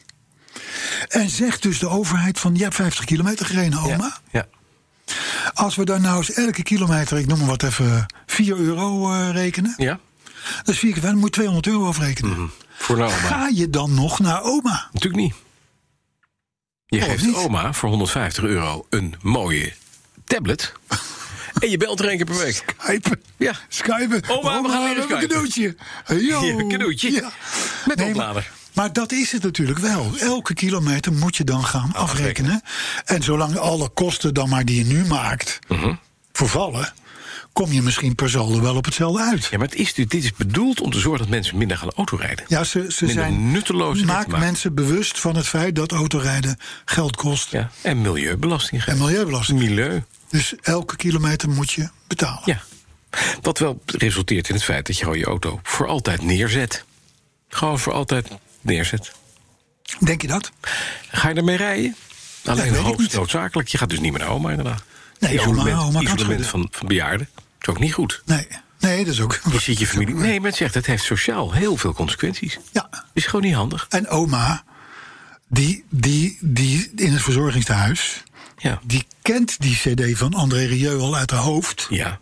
Speaker 3: En zegt dus de overheid van, je hebt 50 kilometer gereden, oma.
Speaker 4: Ja.
Speaker 3: Als we daar nou eens elke kilometer, ik noem maar wat even, 4 euro eh, rekenen.
Speaker 4: Ja.
Speaker 3: Dat is 4 keer, dan moet je 200 euro afrekenen.
Speaker 4: Voor nou oma.
Speaker 3: Ga je dan nog naar oma?
Speaker 4: Natuurlijk niet. Je
Speaker 3: Oh,
Speaker 4: geeft
Speaker 3: niet?
Speaker 4: oma voor 150 euro een mooie tablet. en je belt er één keer per week.
Speaker 3: Skypen.
Speaker 4: Ja.
Speaker 3: Skypen.
Speaker 4: Oma, we gaan weer
Speaker 3: hebben
Speaker 4: skypen.
Speaker 3: een cadeautje. Yo.
Speaker 4: Ja, een cadeautje. Met oplader.
Speaker 3: Maar, maar dat is het natuurlijk wel. Elke kilometer moet je dan gaan afrekenen. En zolang alle kosten dan maar die je nu maakt
Speaker 4: Mhm.
Speaker 3: vervallen... kom je misschien per saldo wel op hetzelfde uit.
Speaker 4: Ja, maar het is, natuurlijk- dit is bedoeld om te zorgen dat mensen minder gaan autorijden.
Speaker 3: Ja, ze, ze
Speaker 4: Minder
Speaker 3: zijn...
Speaker 4: nutteloos rit
Speaker 3: Maak
Speaker 4: te maken.
Speaker 3: mensen bewust van het feit dat autorijden geld kost
Speaker 4: Ja. En
Speaker 3: en
Speaker 4: milieubelasting geven.
Speaker 3: milieubelasting.
Speaker 4: Milieu.
Speaker 3: Dus elke kilometer moet je betalen.
Speaker 4: Ja. Wat wel resulteert in het feit dat je gewoon je auto voor altijd neerzet. Gewoon voor altijd neerzet.
Speaker 3: Denk je dat?
Speaker 4: Ga je ermee rijden? Alleen
Speaker 3: weet ik
Speaker 4: hoogst
Speaker 3: niet.
Speaker 4: noodzakelijk. Je gaat dus niet meer naar oma inderdaad.
Speaker 3: Nee, oma-
Speaker 4: isolement,
Speaker 3: oma kan
Speaker 4: isolement
Speaker 3: schudden.
Speaker 4: van, van bejaarden. is ook niet goed.
Speaker 3: Nee, nee dat is ook...
Speaker 4: Je ziet je familie. Nee, maar het zegt, het heeft sociaal heel veel consequenties.
Speaker 3: Ja,
Speaker 4: Is gewoon niet handig.
Speaker 3: En oma, die, die, die in het verzorgingstehuis,
Speaker 4: Ja.
Speaker 3: die kent die cd van André Rieu al uit haar hoofd.
Speaker 4: ja.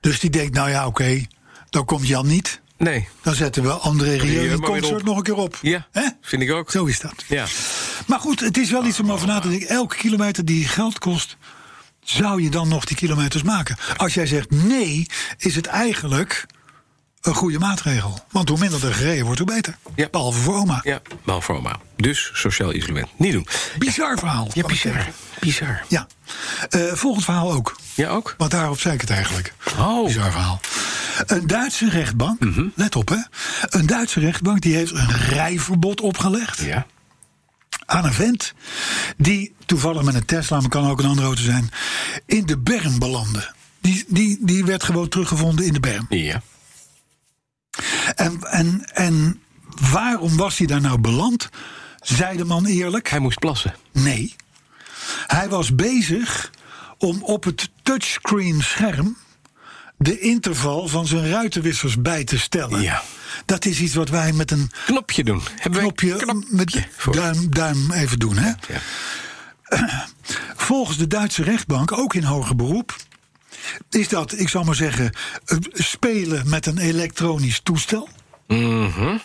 Speaker 3: Dus die denkt, nou ja, oké, dan komt Jan niet.
Speaker 4: Nee.
Speaker 3: Dan zetten we André Rieu, die
Speaker 4: Rieu maar weer
Speaker 3: concert
Speaker 4: op.
Speaker 3: nog een keer op.
Speaker 4: Ja,
Speaker 3: Hè?
Speaker 4: vind ik ook.
Speaker 3: Zo is dat.
Speaker 4: Ja.
Speaker 3: Maar goed, het is wel iets om over na te denken. Elke kilometer die geld kost, zou je dan nog die kilometers maken? Als jij zegt nee, is het eigenlijk een goede maatregel. Want hoe minder er gereden wordt, hoe beter.
Speaker 4: Ja.
Speaker 3: Behalve voor oma.
Speaker 4: Ja, wel voor oma. Dus sociaal isolement. Niet doen.
Speaker 3: Bizar verhaal.
Speaker 4: Ja,
Speaker 3: kan ik
Speaker 4: bizar.
Speaker 3: zeggen.
Speaker 4: Bizar.
Speaker 3: Ja. Eh, volgend verhaal ook.
Speaker 4: Ja, ook?
Speaker 3: Want daarop zei ik het eigenlijk.
Speaker 4: Oh. Mhm.
Speaker 3: Bizar verhaal. Een Duitse rechtbank, let op hè. Een Duitse rechtbank die heeft een rijverbod opgelegd.
Speaker 4: Ja.
Speaker 3: aan een vent. die toevallig met een Tesla, maar kan ook een andere auto zijn. in de berm belandde. Die, die, die werd gewoon teruggevonden in de berm.
Speaker 4: Ja.
Speaker 3: En, en, en waarom was hij daar nou beland? zei de man eerlijk.
Speaker 4: Hij moest plassen.
Speaker 3: Nee. Hij was bezig om op het touchscreen scherm de interval van zijn ruitenwissers bij te stellen.
Speaker 4: Ja.
Speaker 3: Dat is iets wat wij met een
Speaker 4: Knopje doen. Hebben wij
Speaker 3: knopje,
Speaker 4: een knop-
Speaker 3: met
Speaker 4: voor?
Speaker 3: duim, duim even doen. Hè?
Speaker 4: Ja.
Speaker 3: Volgens de Duitse rechtbank, ook in hoger beroep, is dat, ik zal maar zeggen, eh, spelen met een elektronisch toestel.
Speaker 4: Mhm.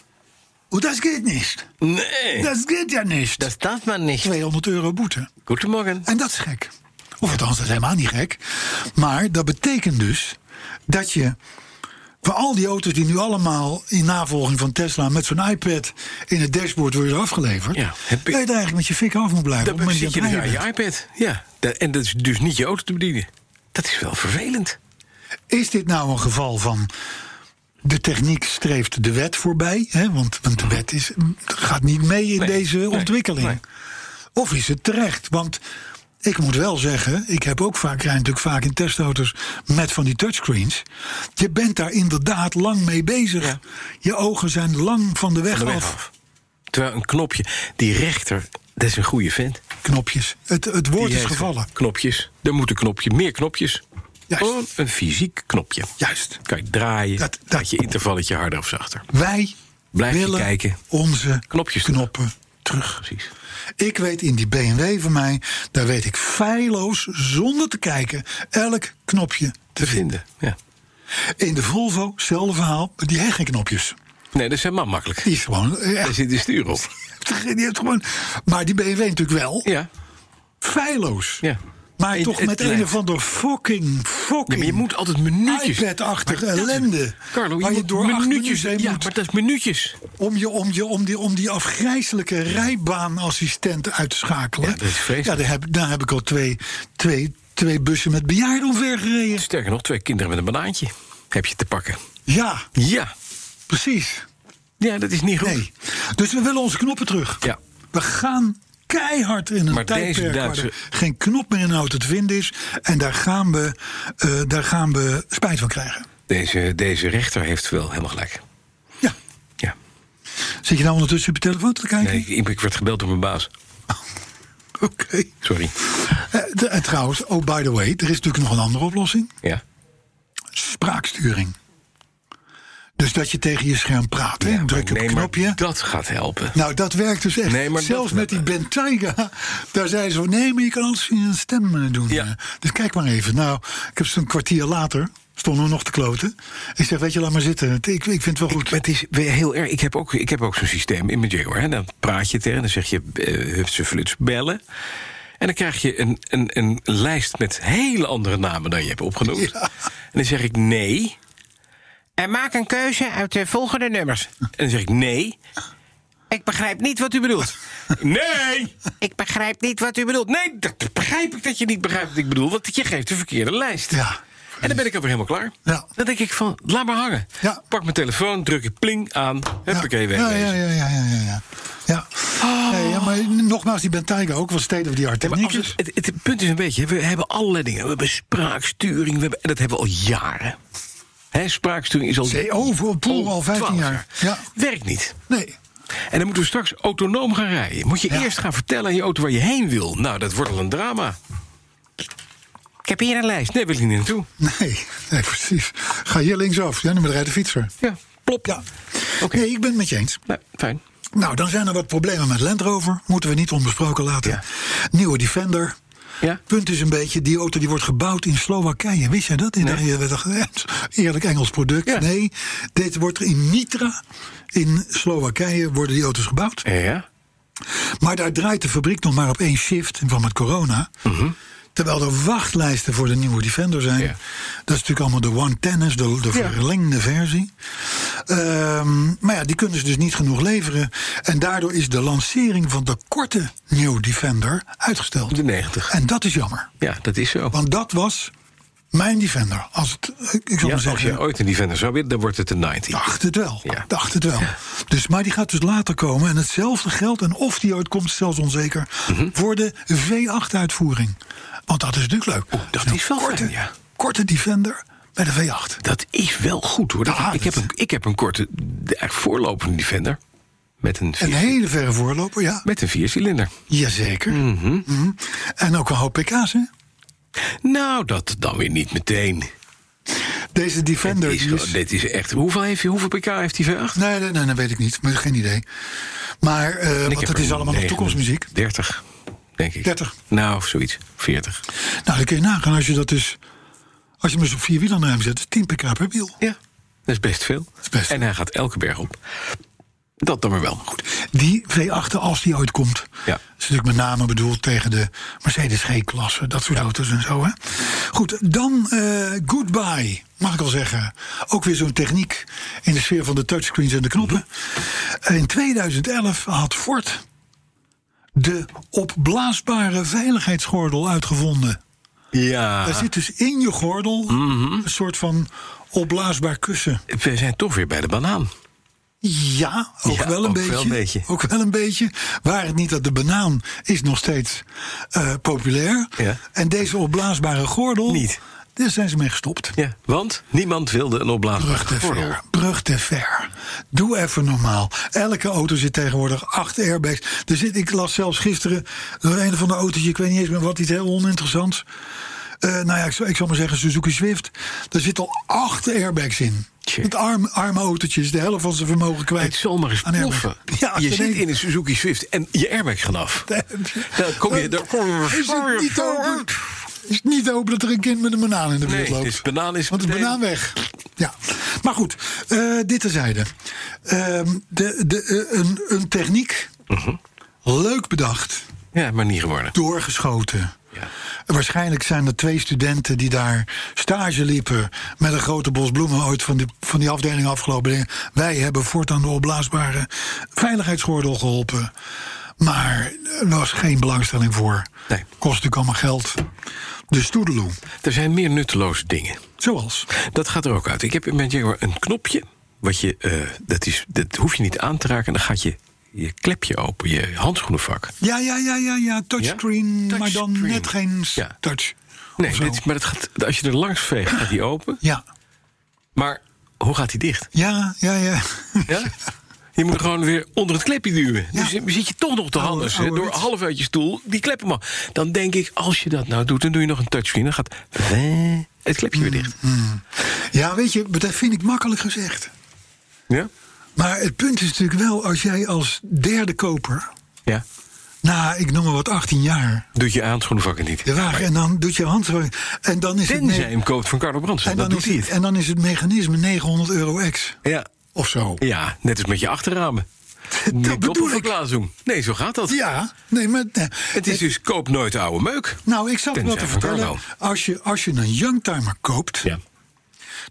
Speaker 3: Oh, dat geht niet.
Speaker 4: Nee.
Speaker 3: Dat geht ja niet.
Speaker 6: Das darf man nicht.
Speaker 3: 200 euro boete.
Speaker 4: Goedemorgen.
Speaker 3: En dat is gek. Of althans, dat is helemaal niet gek. Maar dat betekent dus dat je. Voor al die auto's die nu allemaal in navolging van Tesla met zo'n iPad in het dashboard worden afgeleverd.
Speaker 4: Ja,
Speaker 3: dat
Speaker 4: heb
Speaker 3: je
Speaker 4: ik-
Speaker 3: er eigenlijk met je fik af moet blijven. op het
Speaker 4: Dan
Speaker 3: moment
Speaker 4: zit je
Speaker 3: dat
Speaker 4: dus aan
Speaker 3: rijden
Speaker 4: je iPad. Ja. Dat- En dat is dus niet je auto te bedienen. Dat is wel vervelend.
Speaker 3: Is dit nou een geval van. De techniek streeft de wet voorbij, hè? Want, want de wet is, gaat niet mee in
Speaker 4: Nee,
Speaker 3: deze
Speaker 4: nee,
Speaker 3: ontwikkeling.
Speaker 4: nee.
Speaker 3: Of is het terecht? Want ik moet wel zeggen, ik heb ook vaak, rij natuurlijk vaak in testauto's met van die touchscreens. Je bent daar inderdaad lang mee bezig.
Speaker 4: Ja.
Speaker 3: Je ogen zijn lang van de weg,
Speaker 4: Van de weg
Speaker 3: af.
Speaker 4: af. Terwijl een knopje, die rechter, dat is een goede vent.
Speaker 3: Knopjes. Het, het woord
Speaker 4: Die
Speaker 3: is
Speaker 4: heeft
Speaker 3: gevallen.
Speaker 4: Knopjes. Er moet een knopje, meer knopjes.
Speaker 3: Juist.
Speaker 4: Gewoon een fysiek knopje.
Speaker 3: Juist.
Speaker 4: Kan je draaien,
Speaker 3: Dat-
Speaker 4: dat,
Speaker 3: dat-
Speaker 4: je intervalletje harder of zachter.
Speaker 3: Wij
Speaker 4: Blijf je
Speaker 3: willen
Speaker 4: kijken.
Speaker 3: onze
Speaker 4: Knopjes terug.
Speaker 3: knoppen terug.
Speaker 4: Precies.
Speaker 3: Ik weet in die BMW van mij, daar weet ik feilloos, zonder te kijken, elk knopje te
Speaker 4: Te
Speaker 3: vinden.
Speaker 4: vinden. Ja.
Speaker 3: In de Volvo, hetzelfde verhaal, maar die heeft geen knopjes.
Speaker 4: Nee, dat is helemaal makkelijk.
Speaker 3: Die is gewoon. eh, Ja,
Speaker 4: Daar zit de stuur op.
Speaker 3: die heeft gewoon maar die BMW natuurlijk wel.
Speaker 4: Ja,
Speaker 3: Feilloos.
Speaker 4: ja.
Speaker 3: Maar
Speaker 4: Het-
Speaker 3: toch
Speaker 4: het
Speaker 3: met een
Speaker 4: lijkt-
Speaker 3: of ander fucking,
Speaker 4: Ja,
Speaker 3: fucking.
Speaker 4: maar je moet altijd minuutjes.
Speaker 3: iPad-achtig
Speaker 4: Maar dat-
Speaker 3: ellende.
Speaker 4: Carlo, je,
Speaker 3: Waar je
Speaker 4: moet
Speaker 3: door acht
Speaker 4: minuutjes.
Speaker 3: minuten heen
Speaker 4: Ja,
Speaker 3: moet.
Speaker 4: maar dat is minuutjes.
Speaker 3: om, je, om, je, om, die, om die afgrijzelijke rijbaanassistent uit te schakelen.
Speaker 4: Ja, dat is vreselijk.
Speaker 3: Ja, daar heb, daar heb ik al twee, twee, twee bussen met bejaarden omver gereden.
Speaker 4: Sterker nog, twee kinderen met een banaantje heb je te pakken.
Speaker 3: Ja,
Speaker 4: Ja,
Speaker 3: precies.
Speaker 4: ja dat is niet goed.
Speaker 3: Nee. Dus we willen onze knoppen terug.
Speaker 4: Ja.
Speaker 3: We gaan keihard in een
Speaker 4: Maar deze
Speaker 3: tijdperk waar
Speaker 4: Duitse-
Speaker 3: er geen knop meer in een auto te vinden is. En daar gaan we, eh, daar gaan we spijt van krijgen.
Speaker 4: Deze, deze rechter heeft wel helemaal gelijk.
Speaker 3: Ja.
Speaker 4: Ja.
Speaker 3: Zit je nou ondertussen op je telefoon te kijken?
Speaker 4: Nee, ik, ik werd gebeld door mijn baas.
Speaker 3: Oké.
Speaker 4: Sorry.
Speaker 3: Eh, de- en trouwens, oh by the way, er is natuurlijk nog een andere oplossing.
Speaker 4: Ja.
Speaker 3: spraaksturing. Dus dat je tegen je scherm praat. hè?
Speaker 4: Ja, maar
Speaker 3: Druk op
Speaker 4: nee,
Speaker 3: een
Speaker 4: maar
Speaker 3: knopje.
Speaker 4: Dat gaat helpen.
Speaker 3: Nou, dat werkt dus echt.
Speaker 4: Nee, maar
Speaker 3: Zelfs
Speaker 4: dat-
Speaker 3: met die Bentayga, daar zeiden ze van... nee, maar je kan alles via een stem eh, doen.
Speaker 4: Ja.
Speaker 3: Eh, Dus kijk maar even. Nou, ik heb zo'n kwartier later, stonden we nog te kloten. Ik zeg, weet je, laat maar zitten. Het- Ik, ik vind het wel goed.
Speaker 4: Ik, het is weer heel erg. Ik heb ook, ik heb ook zo'n systeem in mijn Jaguar. Hè. Dan praat je tegen, dan zeg je eh, hupse fluts bellen. En dan krijg je een, een, een lijst met hele andere namen dan je hebt opgenoemd. En dan zeg ik nee.
Speaker 7: En maak een keuze uit de volgende nummers.
Speaker 4: En dan zeg ik nee.
Speaker 7: Ik begrijp niet wat u bedoelt.
Speaker 4: Nee!
Speaker 7: Ik begrijp niet wat u bedoelt.
Speaker 4: Nee, dat begrijp ik dat je niet begrijpt wat ik bedoel. Want je geeft de verkeerde lijst.
Speaker 3: Ja.
Speaker 4: En dan ben ik alweer helemaal klaar.
Speaker 3: Ja.
Speaker 4: Dan denk ik van, laat maar hangen.
Speaker 3: Ja.
Speaker 4: Pak mijn telefoon, druk ik pling aan.
Speaker 3: ja.
Speaker 4: Huppakee,
Speaker 3: Ja,
Speaker 4: wegwezen.
Speaker 3: ja, ja, ja, ja, ja, ja. Ja. Nee, ja, maar nogmaals, die Bentayga ook wel state of the art
Speaker 4: Maar
Speaker 3: techniek.
Speaker 4: als het, het, het punt is een beetje, we hebben allerlei dingen. We hebben spraaksturing, we hebben, en dat hebben we al jaren. Hè, spraaksturing is al...
Speaker 3: Zee, oh, voor een poel al 15
Speaker 4: 12
Speaker 3: jaar. Ja.
Speaker 4: Werkt niet.
Speaker 3: Nee.
Speaker 4: En dan moeten we straks autonoom gaan rijden. Moet je
Speaker 3: Ja.
Speaker 4: eerst gaan vertellen aan je auto waar je heen wil. Nou, dat wordt al een drama. Ik heb hier een lijst. Nee, wil ik niet naartoe.
Speaker 3: Nee, nee, precies. Ga hier linksaf. Ja, dan rijdt de fietser.
Speaker 4: Ja, plop.
Speaker 3: Ja.
Speaker 4: Oké.
Speaker 3: Nee, ik ben het met je eens.
Speaker 4: Nou, fijn.
Speaker 3: Nou, dan zijn er wat problemen met Land Rover. Moeten we niet onbesproken laten.
Speaker 4: Ja.
Speaker 3: Nieuwe Defender.
Speaker 4: Ja.
Speaker 3: Punt is een beetje, die auto die wordt gebouwd in Slowakije. Wist jij dat?
Speaker 4: Nee.
Speaker 3: Je dacht, eh, Eerlijk Engels product.
Speaker 4: Ja.
Speaker 3: Nee, dit wordt in Nitra, in Slowakije, worden die auto's gebouwd.
Speaker 4: Ja.
Speaker 3: Maar daar draait de fabriek nog maar op één shift van met corona. Terwijl er wachtlijsten voor de nieuwe Defender zijn.
Speaker 4: Mhm. Ja.
Speaker 3: Dat is natuurlijk allemaal de One Tennis, de, de verlengde versie. Ehm, maar ja, die kunnen ze dus niet genoeg leveren. En daardoor is de lancering van de korte New Defender uitgesteld.
Speaker 4: De 90.
Speaker 3: En dat is jammer.
Speaker 4: Ja, dat is zo.
Speaker 3: Want dat was mijn Defender. Als het, ik- ik zal
Speaker 4: Ja,
Speaker 3: maar
Speaker 4: als
Speaker 3: zeggen,
Speaker 4: je ooit een Defender zou willen, dan wordt het een 90.
Speaker 3: Dacht het wel.
Speaker 4: Ja.
Speaker 3: Dacht het wel. Dus, maar die gaat dus later komen. En hetzelfde geldt, en of die ooit komt, is zelfs onzeker.
Speaker 4: Mhm.
Speaker 3: voor de V8-uitvoering. Want dat is natuurlijk leuk.
Speaker 4: dat
Speaker 3: Een
Speaker 4: is wel
Speaker 3: korte,
Speaker 4: fijn, ja.
Speaker 3: korte Defender bij de V8.
Speaker 4: Dat is wel goed hoor. Dat-
Speaker 3: Ja,
Speaker 4: ik,
Speaker 3: dat-
Speaker 4: heb een, ik heb een korte, de- eigenlijk voorlopende Defender. Met een,
Speaker 3: Een
Speaker 4: vier,
Speaker 3: hele verre voorloper, ja.
Speaker 4: met een viercilinder.
Speaker 3: Jazeker. Mhm. En ook een hoop pk's, hè?
Speaker 4: Nou, dat dan weer niet meteen.
Speaker 3: Deze Defender.
Speaker 4: Dit is,
Speaker 3: die
Speaker 4: gewoon- dit is echt. Hoeveel, heeft, hij- hoeveel pk heeft die V8?
Speaker 3: Nee, nee, nee, dat weet ik niet. Maar geen idee. Maar, eh,
Speaker 4: Ik
Speaker 3: want
Speaker 4: heb
Speaker 3: het
Speaker 4: er
Speaker 3: is allemaal nog
Speaker 4: negen-
Speaker 3: toekomstmuziek.
Speaker 4: 30, denk ik.
Speaker 3: 30.
Speaker 4: Nou, of zoiets. 40.
Speaker 3: Nou, dan kun je nagaan als je dat dus... Als je hem dus op vier wielen aan de rem zet, is 10 pk per wiel.
Speaker 4: Ja, dat is best veel.
Speaker 3: is best
Speaker 4: en hij gaat elke berg op. Dat dan maar wel. Maar goed.
Speaker 3: Die V8, als die ooit komt,
Speaker 4: Ja.
Speaker 3: is natuurlijk met name bedoeld tegen de Mercedes G-klasse, dat soort auto's en zo. Hè? Goed, dan eh, Goodbye, mag ik al zeggen. Ook weer zo'n techniek in de sfeer van de touchscreens en de knoppen. In 2011 had Ford de opblaasbare veiligheidsgordel uitgevonden.
Speaker 4: Ja,
Speaker 3: Daar zit dus in je gordel een soort van opblaasbaar kussen.
Speaker 4: we zijn toch weer bij de banaan.
Speaker 3: Ja, ook,
Speaker 4: Ja,
Speaker 3: wel, een
Speaker 4: ook
Speaker 3: beetje,
Speaker 4: wel een beetje.
Speaker 3: Ook wel een beetje. Waar het niet dat de banaan is nog steeds eh, populair.
Speaker 4: Ja.
Speaker 3: En deze opblaasbare gordel.
Speaker 4: Niet.
Speaker 3: Daar zijn ze mee gestopt.
Speaker 4: Ja, want niemand wilde een
Speaker 3: Brug
Speaker 4: opblaasbare
Speaker 3: te
Speaker 4: gordel.
Speaker 3: ver. Brug te ver. Doe even normaal. Elke auto zit tegenwoordig acht airbags. Er zit, ik las zelfs gisteren door een van de auto's, ik weet niet eens meer wat, iets heel oninteressants. Eh, nou ja, ik zou, ik zou maar zeggen Suzuki Swift. Daar zit al acht airbags in.
Speaker 4: Tje.
Speaker 3: Het arme, arme autootje is de helft van zijn vermogen kwijt.
Speaker 4: Het zal maar eens
Speaker 3: aan airbags.
Speaker 4: ploffen.
Speaker 3: Ja,
Speaker 4: je
Speaker 3: nee.
Speaker 4: zit in een Suzuki Swift en je airbag gaan af. Dan kom je... Dan kom je
Speaker 3: Is het niet open? Is het niet open dat er een kind met een banaan in de
Speaker 4: Nee,
Speaker 3: buurt loopt?
Speaker 4: dus banaan is
Speaker 3: Want de
Speaker 4: meteen-
Speaker 3: banaan weg. Ja, maar goed, eh, dit terzijde. Ehm de, de, eh, een, een techniek,
Speaker 4: Mhm.
Speaker 3: leuk bedacht,
Speaker 4: Ja, maar niet geworden.
Speaker 3: doorgeschoten.
Speaker 4: Ja.
Speaker 3: Waarschijnlijk zijn er twee studenten die daar stage liepen... met een grote bos bloemen ooit van die, van die afdeling afgelopen. dingen. Wij hebben voortaan de opblaasbare veiligheidsgordel geholpen. Maar er was geen belangstelling voor.
Speaker 4: Nee.
Speaker 3: Kost natuurlijk allemaal geld. Dus toedeloe.
Speaker 4: Er zijn meer nutteloze dingen.
Speaker 3: Zoals.
Speaker 4: Dat gaat er ook uit. Ik heb in mijn Jaguar een knopje. Wat je, eh, dat, is, dat hoef je niet aan te raken. Dan gaat je, je klepje open, je handschoenenvak.
Speaker 3: Ja, ja, ja, ja, ja. Touchscreen,
Speaker 4: Ja?
Speaker 3: maar dan
Speaker 4: Touchscreen.
Speaker 3: net geen
Speaker 4: Ja.
Speaker 3: touch.
Speaker 4: Nee,
Speaker 3: Of zo.
Speaker 4: dit is- maar dat gaat, als je er langs veegt, gaat die open.
Speaker 3: Ja,
Speaker 4: Maar hoe gaat die dicht?
Speaker 3: ja, ja, ja.
Speaker 4: Ja? Je moet er gewoon weer onder het klepje duwen.
Speaker 3: Ja.
Speaker 4: Dus dan zit je toch nog te handen hè, door
Speaker 3: ouderwets.
Speaker 4: half uit je stoel die kleppen maar. Dan denk ik, als je dat nou doet, dan doe je nog een touchscreen. Dan gaat eh, het klepje weer dicht.
Speaker 3: Mm. Ja, weet je, dat vind ik makkelijk gezegd.
Speaker 4: Ja?
Speaker 3: Maar het punt is natuurlijk wel, als jij als derde koper...
Speaker 4: Ja.
Speaker 3: na, ik noem maar wat, 18 jaar...
Speaker 4: Doet je aan schoenenvakken niet.
Speaker 3: de wagen en dan doet je hand... zo- en dan is het...
Speaker 4: Tenzij je
Speaker 3: me-
Speaker 4: hem koopt van Carlo Bransen.
Speaker 3: En
Speaker 4: Dat
Speaker 3: dan,
Speaker 4: doet
Speaker 3: is
Speaker 4: hij
Speaker 3: het,
Speaker 4: het.
Speaker 3: en dan is het mechanisme 900 euro ex.
Speaker 4: Ja.
Speaker 3: Of zo.
Speaker 4: ja, net als met je achterramen. Nee,
Speaker 3: bedoel
Speaker 4: koppen van
Speaker 3: ik.
Speaker 4: Klaasdoen. Nee, zo gaat dat.
Speaker 3: Ja, nee, maar... nee.
Speaker 4: Het is dus koop nooit oude meuk.
Speaker 3: Nou, ik zal het wel te
Speaker 4: Tenzij van
Speaker 3: vertellen.
Speaker 4: Carlo.
Speaker 3: Als je, als je een Youngtimer koopt...
Speaker 4: Ja.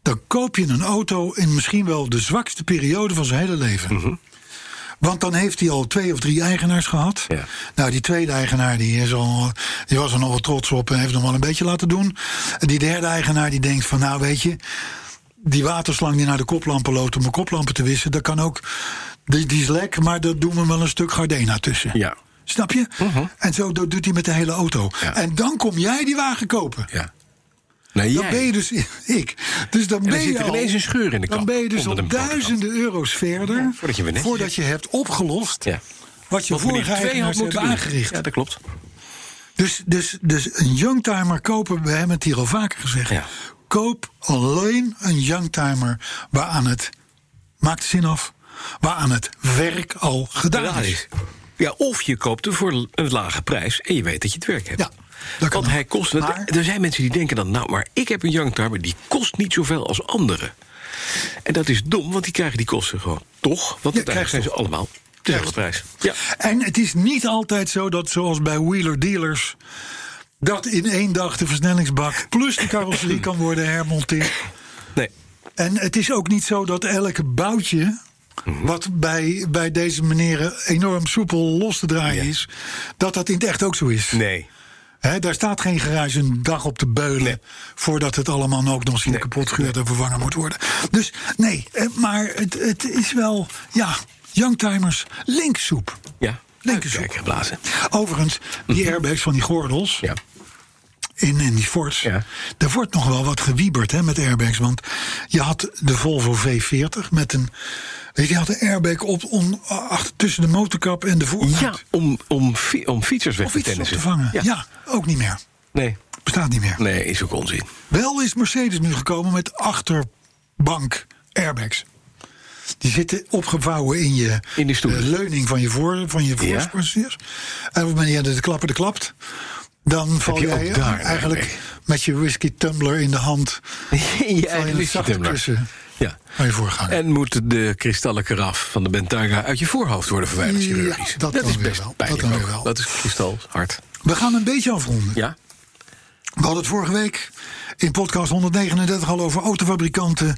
Speaker 3: dan koop je een auto in misschien wel de zwakste periode van zijn hele leven.
Speaker 4: Mhm.
Speaker 3: Want dan heeft hij al twee of drie eigenaars gehad.
Speaker 4: Ja.
Speaker 3: Nou, die tweede eigenaar die is al, die was er nog wel trots op en heeft hem wel een beetje laten doen. En die derde eigenaar die denkt van, nou weet je, die waterslang die naar de koplampen loopt om de koplampen te wissen, dat kan ook, die, die is lek, maar daar doen we wel een stuk Gardena tussen.
Speaker 4: Ja. Mhm.
Speaker 3: Snap je? En zo dat doet hij met de hele auto.
Speaker 4: Ja.
Speaker 3: En dan kom jij die wagen kopen.
Speaker 4: ja. Nou, jij.
Speaker 3: Dan ben je dus ik. Dus dan, ben
Speaker 4: dan zit
Speaker 3: je
Speaker 4: er
Speaker 3: al-
Speaker 4: ineens een scheur in de
Speaker 3: Dan
Speaker 4: kap,
Speaker 3: ben je dus
Speaker 4: onder
Speaker 3: al
Speaker 4: de bovenkant.
Speaker 3: duizenden euro's verder.
Speaker 4: voordat je weer netjes
Speaker 3: voordat je hebt opgelost.
Speaker 4: Ja.
Speaker 3: Wat je
Speaker 4: Wat
Speaker 3: vorige
Speaker 4: meneer twee had
Speaker 3: eigenaars
Speaker 4: moeten
Speaker 3: hebben
Speaker 4: doen.
Speaker 3: aangericht.
Speaker 4: Ja, dat klopt.
Speaker 3: Dus, dus, dus een youngtimer kopen, we hebben het hier al vaker gezegd.
Speaker 4: Ja.
Speaker 3: Koop alleen een youngtimer waaraan het, maakt de zin af, waaraan het werk al gedaan
Speaker 4: Gedaan
Speaker 3: is.
Speaker 4: is. Ja, of je koopt hem voor een lage prijs en je weet dat je het werk hebt.
Speaker 3: Ja, dat kan
Speaker 4: Want hij kost. want
Speaker 3: Maar-
Speaker 4: Er zijn mensen die denken dan, nou, maar ik heb een youngtimer die kost niet zoveel als anderen. En dat is dom, want die krijgen die kosten gewoon toch? Want uiteindelijk
Speaker 3: krijgt
Speaker 4: zijn ze
Speaker 3: toch.
Speaker 4: allemaal dezelfde prijs. Ja.
Speaker 3: En het is niet altijd zo dat, zoals bij Wheeler Dealers, dat in één dag de versnellingsbak plus de carrosserie kan worden hermonteerd.
Speaker 4: Nee.
Speaker 3: En het is ook niet zo dat elke boutje. Wat bij, bij deze manieren enorm soepel los te draaien
Speaker 4: Ja.
Speaker 3: is, dat dat in het echt ook zo is.
Speaker 4: Nee.
Speaker 3: Hè, daar staat geen garage een dag op te beulen.
Speaker 4: Nee.
Speaker 3: voordat het allemaal ook nog zien kapot gescheurd en vervangen moet worden. Dus nee, eh, maar het, het is wel, ja, Youngtimers, linksoep.
Speaker 4: Ja.
Speaker 3: Linkerzoek.
Speaker 4: Kijk, geblazen.
Speaker 3: Overigens, die airbags van die gordels
Speaker 4: Ja.
Speaker 3: in, in die Fords.
Speaker 4: Ja.
Speaker 3: Er wordt nog wel wat gewieberd hè, met airbags. Want je had de Volvo V40 met een. Weet je, die had een airbag op, om, achter, tussen de motorkap en de voorkant.
Speaker 4: Ja, om, om, fi- om fietsers weg
Speaker 3: Of iets op te
Speaker 4: tennissen.
Speaker 3: vangen. Ja.
Speaker 4: Ja.
Speaker 3: ook niet meer.
Speaker 4: Nee.
Speaker 3: Bestaat niet meer.
Speaker 4: nee, is ook onzin.
Speaker 3: Wel is Mercedes nu gekomen met achterbank airbags. Die zitten opgevouwen in je
Speaker 4: In die stoelen.
Speaker 3: eh, leuning van je, voor, van je
Speaker 4: Ja.
Speaker 3: voorpassagiers. En op het moment dat je de klapper de klapt, dan val
Speaker 4: je
Speaker 3: jij
Speaker 4: ook daar
Speaker 3: eigenlijk
Speaker 4: een airbag.
Speaker 3: met je whisky tumbler in de hand
Speaker 4: In je Eh,
Speaker 3: val je
Speaker 4: eigen
Speaker 3: een zachte
Speaker 4: lichtje,
Speaker 3: kussen
Speaker 4: Ja.
Speaker 3: aan je voorganger.
Speaker 4: En moeten de kristallen karaf van de Bentayga uit je voorhoofd worden verwijderd
Speaker 3: Ja,
Speaker 4: chirurgisch?
Speaker 3: dat dan
Speaker 4: is
Speaker 3: weer
Speaker 4: best
Speaker 3: wel. Dat
Speaker 4: pijnlijk
Speaker 3: dan
Speaker 4: ook.
Speaker 3: weer wel.
Speaker 4: Dat is kristalhard.
Speaker 3: We gaan een beetje afronden.
Speaker 4: Ja?
Speaker 3: We hadden het vorige week in podcast 139 al over autofabrikanten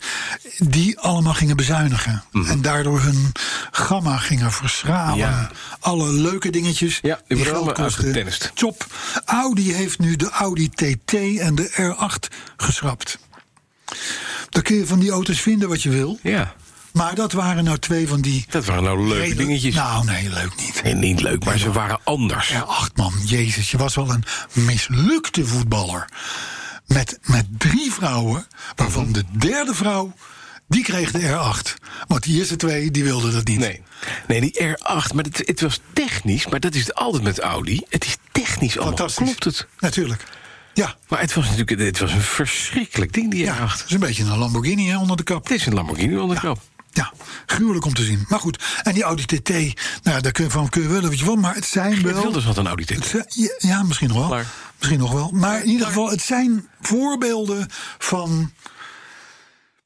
Speaker 3: die allemaal gingen bezuinigen.
Speaker 4: Mhm.
Speaker 3: En daardoor hun gamma gingen verschralen.
Speaker 4: Ja.
Speaker 3: Alle leuke dingetjes
Speaker 4: Ja, die worden
Speaker 3: geld
Speaker 4: allemaal
Speaker 3: kosten.
Speaker 4: uitgetennist.
Speaker 3: Chop. Audi heeft nu de Audi TT en de R8 geschrapt. Dan kun je van die auto's vinden wat je wil.
Speaker 4: Ja.
Speaker 3: Maar dat waren nou twee van die...
Speaker 4: Dat waren nou leuke
Speaker 3: hele-
Speaker 4: dingetjes.
Speaker 3: Nou, nee, leuk niet.
Speaker 4: nee, niet leuk, maar ze waren anders.
Speaker 3: Ja, acht man, jezus, je was wel een mislukte voetballer. Met, met drie vrouwen,
Speaker 4: Mhm.
Speaker 3: waarvan de derde vrouw, die kreeg de R8. Want die eerste twee, die wilden dat niet.
Speaker 4: Nee. nee, die R8, maar het, het was technisch, maar dat is het altijd met Audi. Het is technisch allemaal,
Speaker 3: Fantastisch.
Speaker 4: klopt het.
Speaker 3: Natuurlijk. Ja,
Speaker 4: Maar het was natuurlijk het was een verschrikkelijk ding, die
Speaker 3: ja,
Speaker 4: R8.
Speaker 3: dat is een beetje een Lamborghini hè, onder de kap.
Speaker 4: Het is een Lamborghini onder de kap.
Speaker 3: Ja, gruwelijk om te zien. Maar goed, en die Audi TT, nou, daar kun je van kun je willen wat je wil, maar het zijn
Speaker 4: Geert
Speaker 3: wel...
Speaker 4: Wilders had een Audi
Speaker 3: Het
Speaker 4: TT.
Speaker 3: zijn- ja, Ja, misschien nog wel.
Speaker 4: Klaar.
Speaker 3: Misschien nog wel. Maar in ieder geval, het zijn voorbeelden van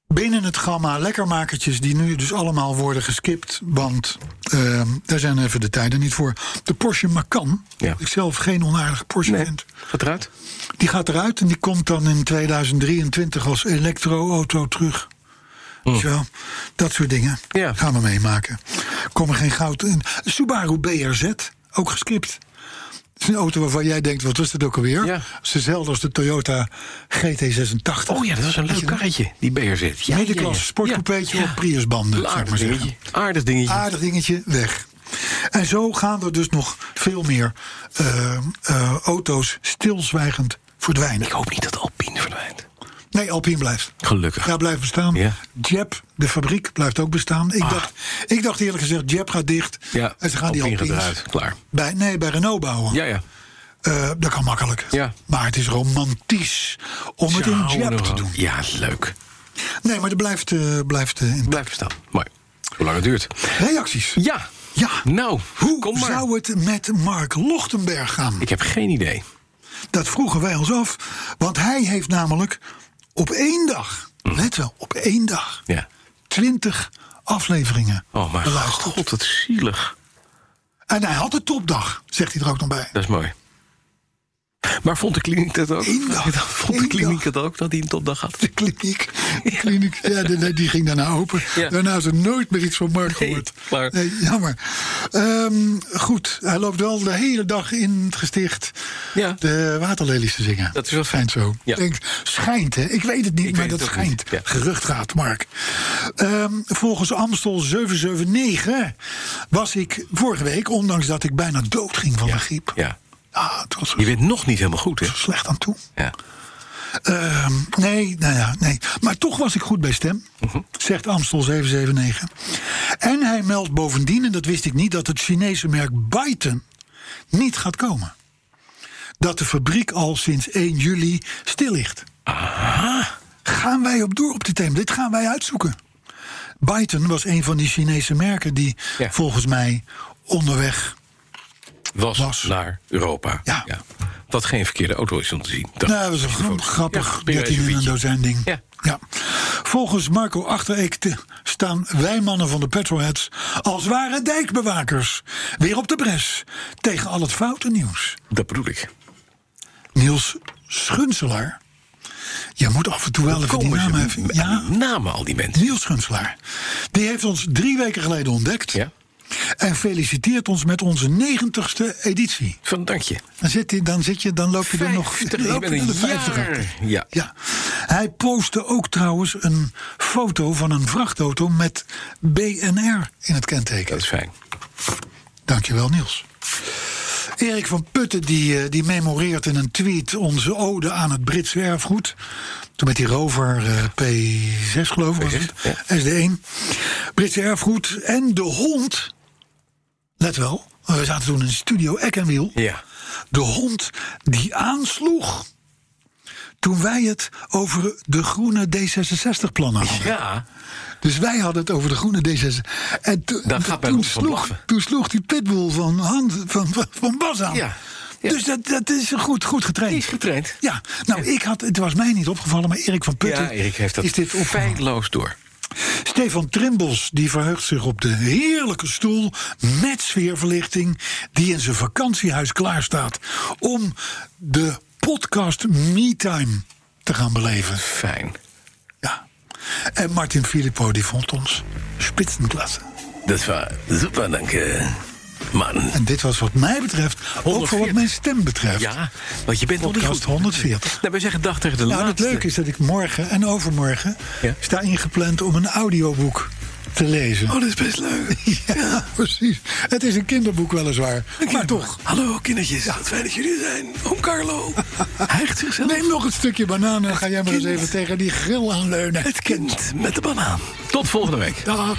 Speaker 3: binnen het gamma lekkermakertjes die nu dus allemaal worden geskipt. Want eh, daar zijn even de tijden niet voor. De Porsche Macan,
Speaker 4: Ja.
Speaker 3: ik zelf geen onaardige Porsche
Speaker 4: Nee,
Speaker 3: vind,
Speaker 4: gaat eruit.
Speaker 3: die gaat eruit en die komt dan in 2023 als elektroauto terug. Weet je wel? dat soort dingen
Speaker 4: Oh. Ja.
Speaker 3: gaan we meemaken. Komen geen goud in. Subaru BRZ, ook geskipt. Het is een auto waarvan jij denkt, wat was dat ook alweer?
Speaker 4: Ja.
Speaker 3: Het is dezelfde als de Toyota GT86.
Speaker 4: Oh ja, dat was een leuk karretje, die BRZ. Ja,
Speaker 3: Middenklasse
Speaker 4: ja, ja.
Speaker 3: sportcoupeetje
Speaker 4: Ja.
Speaker 3: op Priusbanden, zou ik
Speaker 4: Aardig
Speaker 3: maar zeggen.
Speaker 4: dingetje. Aardig dingetje.
Speaker 3: Aardig dingetje, weg. En zo gaan er dus nog veel meer eh, eh, auto's stilzwijgend verdwijnen.
Speaker 4: Ik hoop niet dat Alpine verdwijnt.
Speaker 3: Nee, Alpine blijft.
Speaker 4: Gelukkig.
Speaker 3: Ja, blijft bestaan.
Speaker 4: Ja.
Speaker 3: Jep, de fabriek, blijft ook bestaan. Ik,
Speaker 4: Ah.
Speaker 3: dacht, ik dacht eerlijk gezegd, Jep gaat dicht.
Speaker 4: Ja,
Speaker 3: en ze gaan die
Speaker 4: Alpine gaat
Speaker 3: Alpines
Speaker 4: eruit, klaar.
Speaker 3: Bij, nee, bij Renault bouwen.
Speaker 4: Ja, ja.
Speaker 3: Eh, dat kan makkelijk.
Speaker 4: Ja.
Speaker 3: Maar het is romantisch om het in
Speaker 4: Houden we
Speaker 3: Jep te
Speaker 4: nog
Speaker 3: doen.
Speaker 4: aan. Ja, leuk.
Speaker 3: Nee, maar dat blijft, eh, blijft eh, in.
Speaker 4: Blijf staan. Mooi. Hoe lang het duurt.
Speaker 3: Reacties.
Speaker 4: Ja.
Speaker 3: Ja.
Speaker 4: Nou,
Speaker 3: Hoe
Speaker 4: kom maar.
Speaker 3: zou het met Mark Lochtenberg gaan?
Speaker 4: Ik heb geen idee.
Speaker 3: Dat vroegen wij ons af. Want hij heeft namelijk op één dag,
Speaker 4: Mm.
Speaker 3: let wel, op één dag,
Speaker 4: Ja.
Speaker 3: twintig afleveringen
Speaker 4: Oh, maar
Speaker 3: beluisterd.
Speaker 4: god, wat zielig.
Speaker 3: En hij had een topdag, zegt hij er ook nog bij.
Speaker 4: Dat is mooi. Maar vond de kliniek dat ook?
Speaker 3: Eén dag.
Speaker 4: Vond de
Speaker 3: Eén
Speaker 4: kliniek
Speaker 3: dag.
Speaker 4: dat ook, dat hij een topdag had?
Speaker 3: De kliniek, de kliniek ja, de- nee, die ging daarna open.
Speaker 4: Ja.
Speaker 3: Daarna is er nooit meer iets van Mark gehoord.
Speaker 4: klaar.
Speaker 3: Nee, jammer. Ehm, goed, hij loopt wel de hele dag in het gesticht
Speaker 4: Ja.
Speaker 3: de waterlelies te zingen.
Speaker 4: Dat is wel
Speaker 3: schijnt zo.
Speaker 4: Ja.
Speaker 3: Denk, schijnt, hè? Ik weet het niet,
Speaker 4: Ik
Speaker 3: maar
Speaker 4: weet
Speaker 3: dat
Speaker 4: het ook niet,
Speaker 3: schijnt.
Speaker 4: ja.
Speaker 3: Gerucht gaat, Mark. Ehm, volgens Amstel 779 was ik vorige week, ondanks dat ik bijna dood ging van de griep.
Speaker 4: Ja.
Speaker 3: Ah, het was
Speaker 4: Je bent nog niet helemaal goed, hè?
Speaker 3: er slecht aan toe.
Speaker 4: Ja.
Speaker 3: Ehm, nee, nou ja, nee. Maar toch was ik goed bij stem, zegt Amstel 779. En hij meldt bovendien, en dat wist ik niet, dat het Chinese merk Byton niet gaat komen. Dat de fabriek al sinds 1 juli stil ligt. Gaan wij op door op dit thema? Dit gaan wij uitzoeken. Byton was een van die Chinese merken die
Speaker 4: Ja.
Speaker 3: volgens mij onderweg.
Speaker 4: Was,
Speaker 3: Was.
Speaker 4: naar Europa.
Speaker 3: Ja.
Speaker 4: Wat geen verkeerde auto is om te zien.
Speaker 3: Nou, dat was een gro- grappig
Speaker 4: Ja,
Speaker 3: 13 uur een
Speaker 4: piratje.
Speaker 3: dozijn ding.
Speaker 4: Ja.
Speaker 3: Volgens Marco Achtereek te- staan wij mannen van de Petrolheads als ware dijkbewakers. Weer op de bres tegen al het foute nieuws.
Speaker 4: Dat bedoel ik.
Speaker 3: Niels Schunselaar. Je moet af en toe wel even die naam
Speaker 4: ze
Speaker 3: hebben.
Speaker 4: met
Speaker 3: Ja,
Speaker 4: namen al die mensen?
Speaker 3: Niels Schunselaar. Die heeft ons drie weken geleden ontdekt.
Speaker 4: Ja.
Speaker 3: En feliciteert ons met onze 90ste editie.
Speaker 4: Van dank je.
Speaker 3: Dan zit, hij, dan zit je, dan loop je er nog
Speaker 4: Vijftig,
Speaker 3: loop
Speaker 4: ik ben
Speaker 3: je er
Speaker 4: een
Speaker 3: de 50 achter.
Speaker 4: jaar. Ja.
Speaker 3: Ja. Hij postte ook trouwens een foto van een vrachtauto met BNR in het kenteken.
Speaker 4: Dat is fijn.
Speaker 3: Dankjewel, Niels. Erik van Putten die, eh, die memoreert in een tweet onze ode aan het Britse erfgoed. Toen met die rover eh, P6 geloof ik was het, SD1. Britse erfgoed en de hond. Let wel, we zaten toen in Studio Eck en Wiel.
Speaker 4: Ja.
Speaker 3: De hond die aansloeg. Toen wij het over de groene D66-plannen hadden.
Speaker 4: Ja.
Speaker 3: Dus wij hadden het over de groene D66. En to-
Speaker 4: Daar gaat mijn
Speaker 3: toen,
Speaker 4: hond van
Speaker 3: sloeg,
Speaker 4: blaffen.
Speaker 3: toen sloeg die pitbull van, hand, van, van- van Bas aan.
Speaker 4: Ja, ja.
Speaker 3: Dus dat, dat is goed, goed getraind.
Speaker 4: Die is getraind.
Speaker 3: Ja, nou, Ik had, het was mij niet opgevallen, maar Erik van Putten
Speaker 4: Ja, Erik heeft dat
Speaker 3: is dit opgevallen.
Speaker 4: feilloos door.
Speaker 3: Stefan Trimbos die verheugt zich op de heerlijke stoel met sfeerverlichting die in zijn vakantiehuis klaarstaat om de podcast MeTime te gaan beleven.
Speaker 4: Fijn.
Speaker 3: Ja. En Martin Filippo die vond ons spitsenklasse.
Speaker 4: Dat was super, dank je. eh, Man.
Speaker 3: En dit was wat mij betreft, ook voor wat
Speaker 4: 140.
Speaker 3: mijn stem betreft.
Speaker 4: Ja, want je bent nog niet
Speaker 3: Podcast
Speaker 4: goed.
Speaker 3: 140.
Speaker 4: Nou, we zeggen dag tegen de
Speaker 3: Nou, het
Speaker 4: laatste.
Speaker 3: leuke is dat ik morgen en overmorgen
Speaker 4: Ja.
Speaker 3: sta ingepland om een audioboek te lezen.
Speaker 4: Oh, dat is best leuk.
Speaker 3: Ja, precies. Het is een kinderboek weliswaar, maar toch.
Speaker 4: Hallo, kindertjes. Wat fijn dat jullie er zijn. Oom Carlo. Hijgt zichzelf.
Speaker 3: Neem nog een stukje banaan en ga jij maar eens
Speaker 4: kind.
Speaker 3: even tegen die grill aanleunen.
Speaker 4: Het kind met de banaan. Tot volgende week.
Speaker 3: Dag.